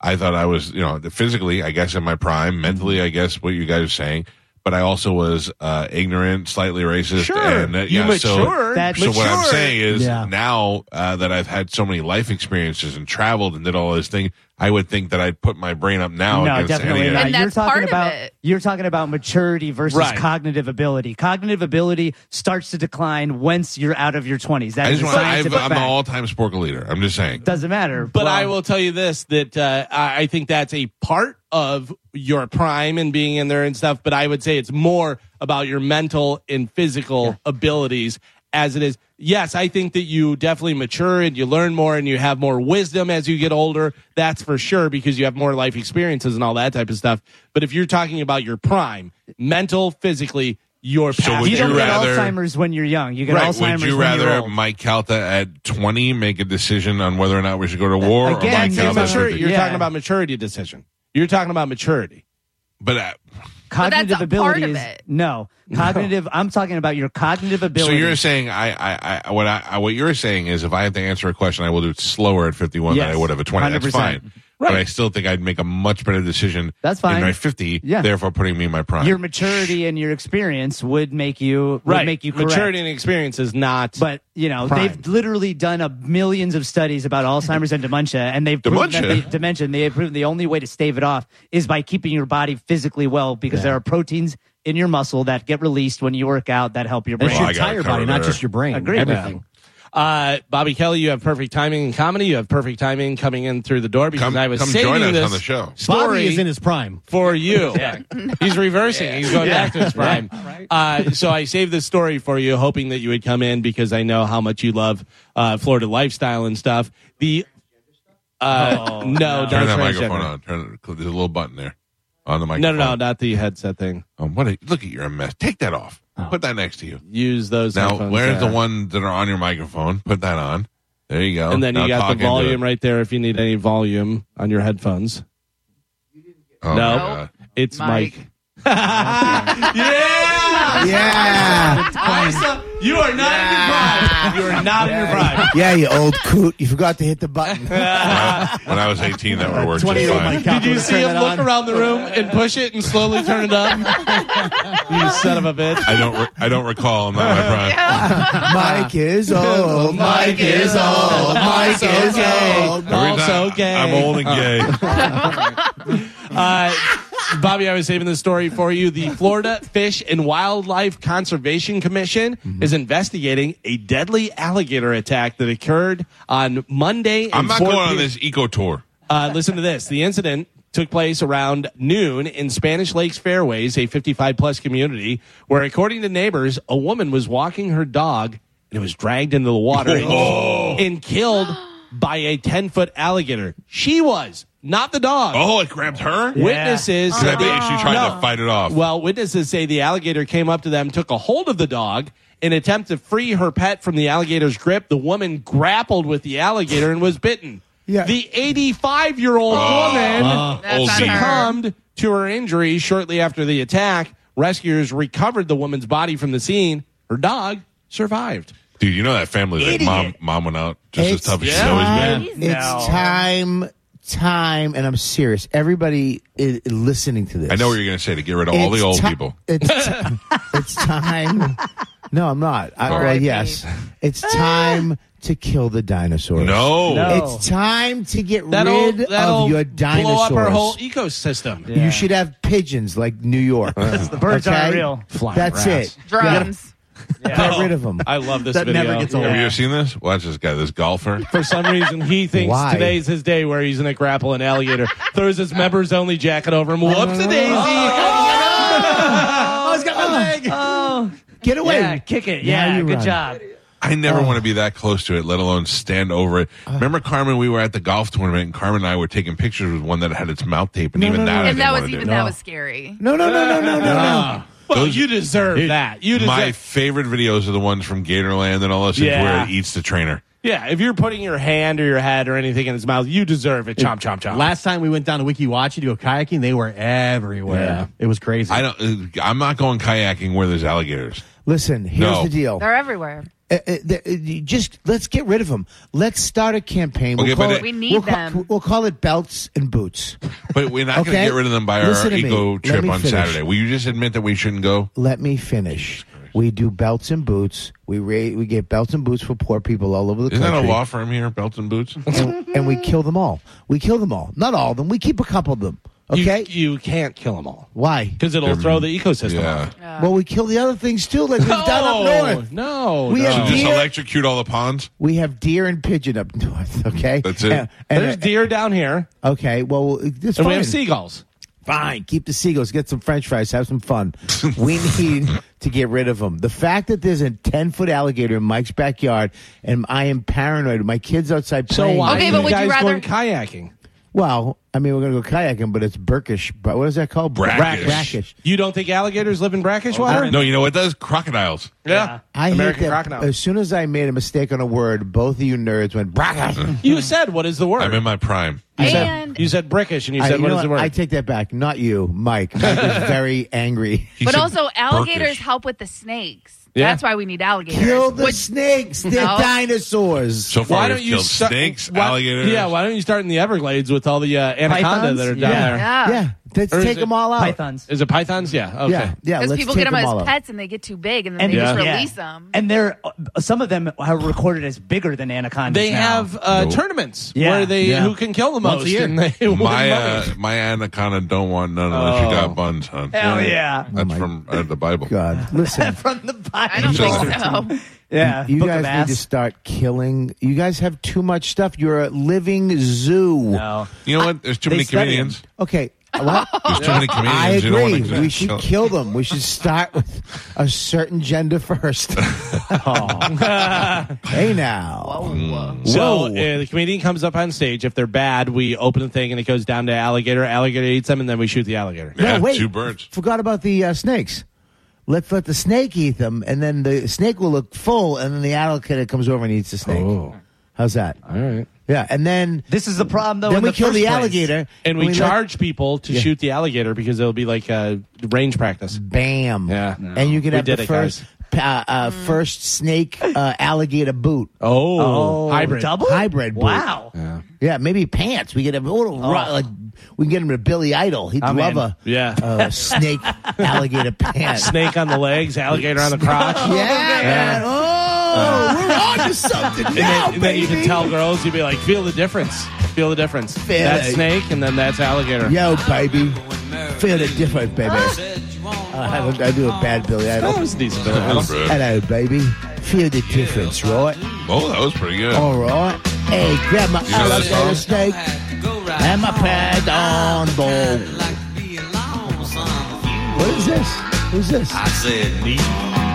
S2: I thought I was, you know, physically, I guess, in my prime, mentally, I guess, what you guys are saying. But I also was uh, ignorant, slightly racist,
S3: sure.
S2: and uh,
S3: you
S2: yeah, so-
S3: matured.
S4: That's-
S2: So what I'm
S3: Matured.
S2: saying is
S6: Yeah.
S2: now uh, that I've had so many life experiences and traveled and did all this thing, I would think that I'd put my brain up now
S4: No,
S2: against
S4: definitely
S2: any
S4: not.
S8: And
S4: you're
S8: that's
S4: talking
S8: part of
S4: about
S8: it.
S4: you're talking about maturity versus
S3: Right.
S4: cognitive ability. Cognitive ability starts to decline once you're out of your 20s. That
S2: I
S4: is
S2: just
S4: a
S2: want, I've,
S4: scientific
S2: I'm an
S4: fact.
S2: all-time sport leader. I'm just saying.
S4: Doesn't matter.
S3: But I
S4: Well,
S3: will tell you this that uh, I I think that's a part of your prime and being in there and stuff. But I would say it's more about your mental and physical abilities as it is. Yes, I think that you definitely mature and you learn more and you have more wisdom as you get older. That's for sure because you have more life experiences and all that type of stuff. But if you're talking about your prime, mental, physically, your
S2: So
S3: past.
S2: would
S4: you don't
S2: you
S4: get
S2: rather-
S4: Alzheimer's when you're young. You get
S2: Right.
S4: Alzheimer's
S2: Would you
S4: when you're
S2: rather
S4: old.
S2: Mike Calta at 20 make a decision on whether or not we should go to war
S4: Again,
S2: or Mike
S4: it's
S3: You're
S4: Yeah,
S2: Calta?
S4: that's
S3: mature-
S4: right.
S3: you're
S4: Yeah.
S3: talking about maturity decision. You're talking about maturity.
S2: But uh,
S8: But that's
S4: cognitive
S8: a part
S4: ability
S8: of
S4: is
S8: it.
S4: no cognitive. I'm talking about your cognitive
S2: so
S4: ability.
S2: you're saying I, I, I what I, I what you're saying is if I have to answer a question, I will do it slower at 51 than
S4: Yes.
S2: I would have at 20. That's
S4: 100%.
S2: fine. But I still think I'd make a much better decision.
S4: That's fine.
S2: In my 50,
S4: Yeah.
S2: therefore putting me in my prime.
S4: your maturity and your experience would make you would make you correct.
S3: maturity and experience is not.
S4: But you know
S3: Prime.
S4: they've literally done a millions of studies about Alzheimer's and dementia, and they've proven
S2: Dementia?
S4: that they, dementia. and They've proven the only way to stave it off is by keeping your body physically well because there are proteins in your muscle that get released when you work out that help your
S6: It's
S4: brain.
S2: Well, I
S10: Oh,
S6: your
S2: got it
S6: entire body,
S2: covered
S6: not
S2: there.
S6: just your brain.
S4: Agreed.
S6: Everything.
S3: Uh, Bobby Kelly, you have perfect timing in comedy. You have perfect timing coming in through the door because
S2: Come-
S3: I was
S2: come
S3: saving
S2: join us
S3: this
S2: on the show.
S3: Story
S6: Bobby is in his prime.
S3: for you. He's reversing. He's going
S6: Yeah.
S3: back to his prime. Uh, so I saved this story for you, hoping that you would come in because I know how much you love uh, Florida lifestyle and stuff. The uh,
S4: Oh,
S3: no,
S4: no.
S2: Turn that
S3: transgender.
S2: microphone on. Turn it, there's a little button there on the
S3: No,
S2: microphone.
S3: no, no, not the headset thing.
S2: Um, what? A, look at you're a mess. Take that off. Put that next to you.
S3: Use those.
S2: Now,
S3: headphones
S2: where's
S3: Oh. there.
S2: the one that are on your microphone? Put that on. There you go.
S3: And then
S2: Now
S3: you
S2: talk
S3: got the
S2: into it.
S3: volume right there if you need any volume on your headphones.
S2: Oh,
S3: No.
S2: God.
S3: It's Mike.
S8: Mike.
S3: yeah!
S10: Yeah.
S3: Awesome. You are not in your prime. You are not in your prime.
S10: Yeah, you old coot. You forgot to hit the button.
S2: When I was 18, that would work just
S6: 20 year old
S2: fine.
S6: Mike Calvin
S3: Did you
S6: would
S3: see
S6: turn
S3: him
S6: that
S3: look
S6: on.
S3: around the room and push it and slowly turn it up? you son of a bitch.
S2: I don't. Re- I don't recall. I'm not in my prime.
S10: Mike is
S3: Oh,
S10: old. Mike is old. Mike is old.
S2: Every
S3: Also
S2: time,
S3: gay.
S2: I'm old and gay.
S3: Uh, Bobby, I was saving this story for you. The Florida Fish and Wildlife Conservation Commission is investigating a deadly alligator attack that occurred on Monday. in
S2: I'm not
S3: Fort
S2: going on
S3: Pierce.
S2: this eco tour.
S3: Uh, listen to this. The incident took place around noon in Spanish Lakes Fairways, a 55 plus community, where, according to neighbors, a woman was walking her dog and it was dragged into the water and, and killed by a 10 foot alligator. She was, not the dog.
S2: Oh, it grabbed her.
S3: Witnesses.
S2: I bet you she tried
S3: No.
S2: to fight it off.
S3: Well, witnesses say the alligator came up to them, took a hold of the dog. In attempt to free her pet from the alligator's grip, the woman grappled with the alligator and was bitten.
S10: Yeah.
S3: The 85 year old woman
S8: That's
S2: Old
S8: on
S2: me.
S8: her.
S3: succumbed to her injuries shortly after the attack. Rescuers recovered the woman's body from the scene. Her dog survived.
S2: Dude, you know that family like mom mom went out just as
S10: It's
S2: tough as she's
S3: Yeah.
S2: always been.
S10: time. It's time. Time. And I'm serious. Everybody is listening to this.
S2: I know what you're going to say to get rid of all the
S10: It's
S2: old
S10: ti-
S2: people.
S10: It's, ti- it's time. No, I'm not. I, well,
S8: R.I.P.
S10: yes. It's time to kill the dinosaurs.
S2: No.
S4: No.
S10: It's time to get
S3: That
S10: rid
S3: old that
S10: of
S3: old
S10: your dinosaurs.
S3: blow up our whole e- ecosystem.
S10: You should have pigeons like New York. the
S4: birds aren't real.
S3: Flying
S10: That's
S3: rats.
S10: it.
S8: Drums.
S10: Get rid of them.
S3: I love this
S6: That
S3: video.
S6: never gets old.
S2: Have you
S4: Yeah.
S2: ever seen this? Watch this guy, this golfer.
S3: For some reason, he thinks
S10: Why?
S3: today's his day where he's in a grapple and alligator. throws his members only jacket over him. Whoops a daisy.
S6: Oh, he's got my leg.
S10: Get away.
S4: Yeah, kick it.
S10: Now
S4: Yeah,
S10: you
S4: good
S10: run.
S4: job.
S2: I never
S10: Oh.
S2: want to be that close to it, let alone stand over it.
S10: Uh.
S2: Remember, Carmen, we were at the golf tournament, and Carmen and I were taking pictures with one that had its mouth tape, and
S10: No,
S2: even
S10: no,
S2: that,
S10: no.
S2: I
S8: And
S2: didn't
S8: that
S2: want
S8: was
S2: to
S8: even
S2: do.
S8: that was scary.
S10: No, no, no, no, no, no, no.
S6: Ah.
S3: Well, you deserve that. You deserve
S2: My favorite videos are the ones from Gatorland and all those things
S3: Yeah.
S2: where it eats the trainer.
S3: Yeah, if you're putting your hand or your head or anything in his mouth, you deserve it. Chomp, chomp, chomp.
S6: Last time we went down to Wikiwachi to go kayaking, they were everywhere.
S3: Yeah.
S6: It was crazy.
S2: I don't. uh, I'm not going kayaking where there's alligators.
S10: Listen, here's
S2: No.
S10: the deal.
S8: They're everywhere.
S10: Uh, uh, th- uh, you just let's get rid of them. Let's start a campaign.
S2: Okay,
S10: We'll call
S2: but
S10: it,
S2: it-
S8: We need
S10: we'll ca-
S8: them.
S10: we'll call it belts and boots.
S2: But we're not going
S10: Okay.
S2: to get rid of them by our
S10: Listen to me.
S2: eco
S10: Let
S2: trip
S10: me
S2: on
S10: finish.
S2: Saturday. Will you just admit that we shouldn't go?
S10: Let me finish. We do belts and boots. We ra- we get belts and boots for poor people all over the
S2: Isn't
S10: country.
S2: that a law firm here, Belts and Boots?
S10: and, and we kill them all. We kill them all. Not all of them. We keep a couple of them.
S3: You-
S10: Okay?
S3: You, can't kill them all
S10: Why?
S3: because it'll throw the ecosystem
S2: yeah.
S3: off.
S10: well, we kill the other things too, like we've done up north.
S3: No,
S10: We
S3: no.
S10: have
S2: Just
S10: deer.
S2: electrocute all the ponds.
S10: We have deer and pigeon up north. Okay,
S2: That's it.
S10: And, and-
S3: There's deer down here,
S10: Okay, well, it's
S3: and
S10: fine.
S3: we have seagulls.
S10: Fine, keep the seagulls, get some french fries, have some fun. we need to get rid of them. The fact that there's a 10 foot alligator in Mike's backyard and I am paranoid. My kids outside
S3: So
S10: playing.
S3: why
S8: Okay,
S3: are
S8: but
S3: you
S8: would you
S3: guys
S8: rather-
S3: going kayaking?
S10: Well, I mean, we're going to go kayaking, but it's Burkish. But what is that called? Bra-
S2: Brackish.
S10: Brackish.
S3: You don't think alligators live in brackish water?
S2: Oh, No, you know what? That's crocodiles.
S3: Yeah,
S10: I hate
S3: American
S10: that. Uh,
S3: crocodile.
S10: As soon as I made a mistake on a word, both of you nerds went brackish.
S3: you said what is the word?
S2: I'm in my prime.
S3: you, said,
S8: And-
S3: you said brickish, and you
S10: I-
S3: said
S10: you
S3: what
S10: know
S3: is the
S10: what?
S3: word?
S10: I take that back. Not you, Mike. Mike is very angry.
S2: He
S8: but
S2: said
S8: also, alligators
S2: Burkish.
S8: help with the snakes.
S3: Yeah.
S8: That's why we need alligators.
S10: Kill the
S8: Which-
S10: snakes. They're
S8: No.
S10: dinosaurs.
S2: So far,
S3: why
S2: we've
S3: don't you
S2: killed
S3: start-
S2: snakes,
S3: why-
S2: alligators.
S3: Yeah, why don't you start in the Everglades with all the uh, anaconda
S4: Pythons?
S3: that are down
S4: Yeah.
S3: there?
S8: yeah.
S10: yeah, let's
S3: Or is
S10: take
S3: it
S10: them all out.
S4: Pythons.
S3: Is it pythons? Yeah. Okay.
S10: Yeah, yeah.
S8: Because
S10: let's
S8: people
S10: take
S8: get them
S10: all
S8: as
S10: out.
S8: pets and they get too big and then they
S3: And-
S8: just
S3: Yeah.
S8: release them.
S4: And they're uh, some of them are recorded as bigger than anacondas.
S3: They
S4: now.
S3: have uh,
S2: Nope.
S3: tournaments
S4: Yeah.
S3: where they
S6: Yeah.
S3: who can kill the most.
S6: Once a year.
S3: And they win
S2: my uh,
S3: money.
S2: my anaconda don't want none
S3: Oh.
S2: unless you got buns, huh?
S4: Hell yeah.
S2: That's from uh, the Bible.
S10: Oh God, listen.
S4: From the
S8: I
S4: body.
S8: don't think
S2: Just-
S8: so.
S4: Yeah,
S10: you
S4: book of
S10: guys
S4: ass.
S10: need to start killing. You guys have too much stuff. You're a living zoo.
S4: No.
S2: You know what? There's too
S10: They
S2: many
S10: study
S2: comedians.
S10: them. Okay. What?
S2: There's too many
S10: I
S2: comedians. You don't
S10: agree.
S2: want to
S10: we should
S2: kill-
S10: kill them. We should start with a certain gender first. hey now.
S3: So uh,
S10: Whoa.
S3: the comedian comes up on stage. If they're bad, we open the thing and it goes down to alligator. Alligator eats them, and then we shoot the alligator.
S10: no, wait.
S2: two birds.
S10: Forgot about the uh, snakes. Let's let the snake eat them, and then the snake will look full, and then the alligator comes over and eats the snake. How's that? All right. Yeah, and then
S4: This is the problem, though.
S10: then
S4: in
S10: we
S4: the
S10: kill
S4: first
S10: the
S4: place.
S10: alligator,
S3: And we,
S10: let-
S3: charge people to shoot the alligator because it'll be like uh, range practice.
S10: Bam.
S3: Yeah.
S10: and you can
S3: We
S10: have
S3: did
S10: the
S3: it,
S10: first uh, uh,
S4: Mm.
S10: first snake uh, alligator boot.
S3: Oh, hybrid.
S4: double
S10: Hybrid boot.
S4: Wow. Oh.
S10: Yeah, maybe pants. We get a little ru- like we can get him to Billy Idol. He'd
S4: I'm
S10: love
S4: in.
S10: a
S3: Yeah.
S10: uh, snake alligator pants.
S3: Snake on the legs, alligator on the crotch.
S10: Yeah, man. Oh, we're on to something
S3: Uh. And
S10: now,
S3: then, and then you can
S10: baby.
S3: tell girls, you'd be like, feel the difference. Feel the difference.
S10: Feel
S3: that's
S10: it.
S3: snake, and then that's alligator.
S10: Yo, baby. Feel the difference, baby. Uh, I, have a, I do a bad Billy
S3: That
S10: Idol.
S3: was decent.
S2: Hello, bro.
S10: Hello, baby. Feel the difference, right?
S2: Oh, that was pretty good.
S10: All right. Hey, grab my
S2: know that
S10: alligator
S2: song?
S10: snake and my pad on board. What is this? Who's this?
S9: I said me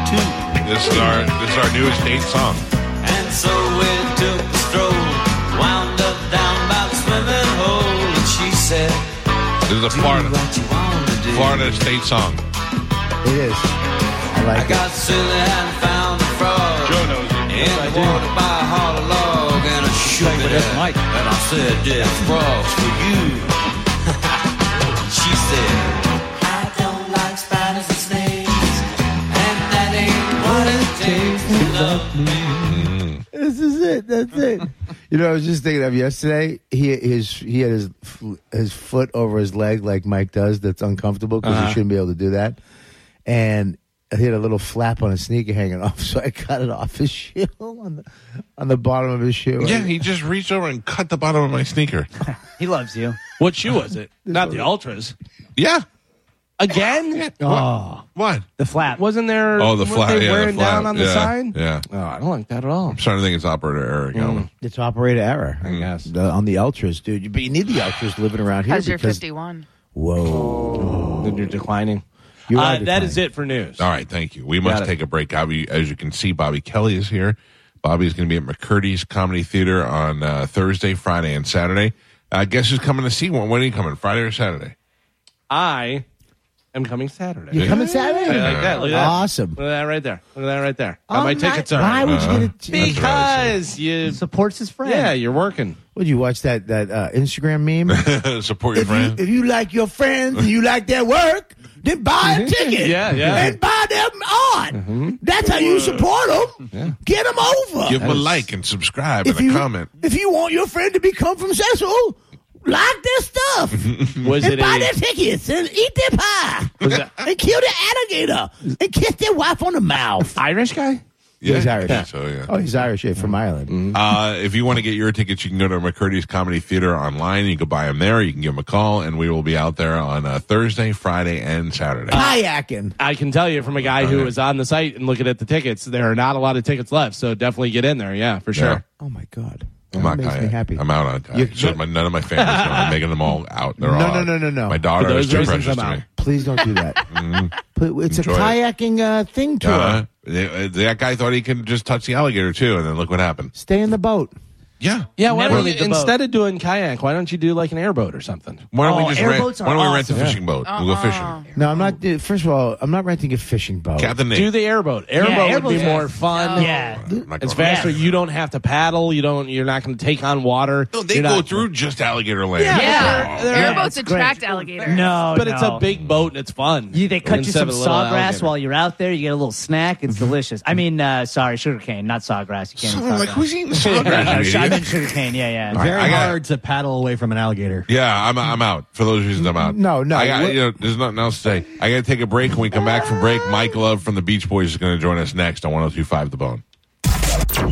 S9: too,
S2: This is our this is our newest date song.
S9: and so we took a stroll, wound up down by the swimming hole, and she said,
S2: This is a
S9: "Do
S2: Florida
S9: what you wanna do."
S2: Florida state song.
S10: It is. I
S9: I
S10: like it.
S9: got silly and found a frog
S2: Joe knows it.
S9: in the water by a hollow log, and I shook it
S5: that's
S9: up,
S5: Mike.
S9: and I said, "This frog's for you." she said. "I don't like spiders and snakes, and that ain't what it takes to love
S10: This is it. That's it. You know, I was just thinking of yesterday. He his he had his his foot over his leg like Mike does. That's uncomfortable because he shouldn't be able to do that. And he had a little flap on his sneaker hanging off, so I cut it off his shoe on the on the bottom of his shoe.
S2: Yeah, he just reached over and cut the bottom of my sneaker.
S4: He loves you.
S3: What shoe was it? Not the ultras.
S2: Yeah.
S3: Again?
S4: Oh,
S2: What?
S4: the flap.
S3: Wasn't there?
S2: Oh, the
S3: weren't
S2: flat.
S3: They
S2: yeah, the
S3: wearing
S2: flat-
S3: down on the
S2: yeah,
S3: side.
S2: Yeah.
S3: Oh, Mm. I don't like that at all.
S2: I'm starting to think it's operator error. Galvin.
S10: It's operator error, I
S3: guess.
S10: on the ultras, dude. But you need the ultras living around here
S8: because
S10: because
S8: you're 51.
S10: whoa,
S3: Then you're declining.
S10: You are
S3: uh, that is
S10: declining.
S3: it for news.
S2: All right, thank you. We must
S3: it.
S2: take a break. Bobby, as you can see, Bobby Kelly is here. Bobby is going to be at McCurdy's Comedy Theater on uh, Thursday, Friday, and Saturday. Uh, guess who's coming to see one? When are you coming? Friday or Saturday?
S3: I am coming Saturday.
S10: You coming Saturday?
S3: I like that. Look at that.
S10: Awesome.
S3: Look at that right there. Look at that right there. Got my tickets are.
S10: Why would you get a
S2: Uh-huh. That's right,
S3: Because you,
S4: supports his friend.
S3: yeah, you're working.
S10: Would you watch that that uh, Instagram meme?
S2: Support your
S10: if you,
S2: friend.
S10: if you like your friends and you like their work, then buy a ticket.
S3: Mm-hmm. Yeah, yeah. Mm-hmm.
S10: And buy them on. That's how you support them. Get them over.
S2: Give him a like and subscribe
S10: if
S2: and
S10: you
S2: a comment.
S10: if you want your friend to become successful, like their stuff
S3: Was
S10: and
S3: it
S10: buy
S3: a,
S10: their tickets and eat their pie and kill the alligator and kiss their wife on the mouth.
S3: Irish guy?
S2: Yeah,
S10: He's Irish.
S2: I think So,
S3: Oh,
S2: yeah.
S10: Oh,
S2: Mm-hmm.
S10: he's Irish yeah, from Ireland.
S2: Uh, if you want to get your tickets, you can go to McCurdy's Comedy Theater online. You can buy them there. You can give them a call, and we will be out there on uh, Thursday, Friday, and Saturday.
S10: Kayaking.
S3: I can tell you from a guy who was on the site and looking at the tickets, there are not a lot of tickets left. So definitely get in there. Yeah, for sure.
S10: Oh my god.
S2: I'm
S10: that
S2: not
S10: makes me
S2: kayak.
S10: happy.
S2: I'm out on kayak.
S10: You're-
S2: So my, none of my family's going. I'm making them all out. They're
S10: No,
S2: all
S10: no,
S2: out.
S10: no, no, no.
S2: My
S3: For
S2: daughter
S3: those
S2: is too
S3: reasons,
S2: precious
S3: I'm
S2: to me.
S3: out.
S10: Please don't do that. Pl- It's
S2: Mm-hmm. Enjoy
S10: a
S2: it.
S10: kayaking uh, thing tour.
S2: Uh, they- that guy thought he could just touch the alligator too, and then look what happened.
S10: Stay in the boat.
S2: Yeah,
S3: Yeah, why
S4: Never
S3: don't you,
S4: leave the boat.
S3: instead of doing kayak, why don't you do like an airboat or something?
S2: Why don't
S4: Oh,
S2: we just rent? Why
S4: airboats
S2: don't
S4: are
S2: we rent a
S4: awesome. Uh-uh.
S2: fishing boat? We'll go fishing.
S10: No, I'm not. dude, First of all, I'm not renting a fishing boat.
S2: Captain Nate.
S3: Do the airboat. Airboat would be
S4: airboat's-
S3: more fun.
S4: Yeah.
S2: I'm not
S3: It's
S2: going
S3: faster.
S2: on that.
S3: You don't have to paddle. You don't. You're not going to take on water.
S2: No, they
S3: You're
S2: go
S3: not-
S2: through just alligator land.
S3: Yeah,
S8: Yeah,
S3: They're-
S4: they're-
S8: airboats
S4: Yeah, it's great.
S8: attract alligators.
S4: No,
S3: but it's
S4: no.
S3: a big boat and it's fun.
S4: You, they cut you
S3: Instead
S4: some
S3: of a little
S4: sawgrass
S3: alligator.
S4: while you're out there. You get a little snack. It's delicious. I mean, uh, sorry, sugarcane, not sawgrass. You can't.
S2: So
S4: eat
S2: I'm like,
S4: sawgrass.
S2: who's eating sawgrass? you
S4: Uh, I
S2: idiot?
S4: meant sugarcane. Yeah, yeah.
S2: All right,
S6: Very
S2: I got-
S6: hard to paddle away from an alligator.
S2: Yeah, I'm I'm out. For those reasons, I'm out.
S10: No, no,
S2: I got,
S10: what-
S2: you know, there's nothing else to say. I got to take a break. When we come back from break, Mike Love from the Beach Boys is going to join us next on 102.5 The Bone.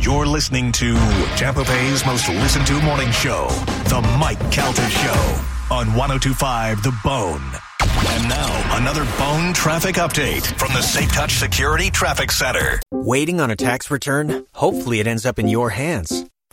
S1: You're listening to Tampa Bay's most listened to oh morning show, The Mike Calter Show, on 1025 The Bone. And now, another bone traffic update from the Safe Touch Security Traffic Center.
S11: Waiting on a tax return? Hopefully, it ends up in your hands.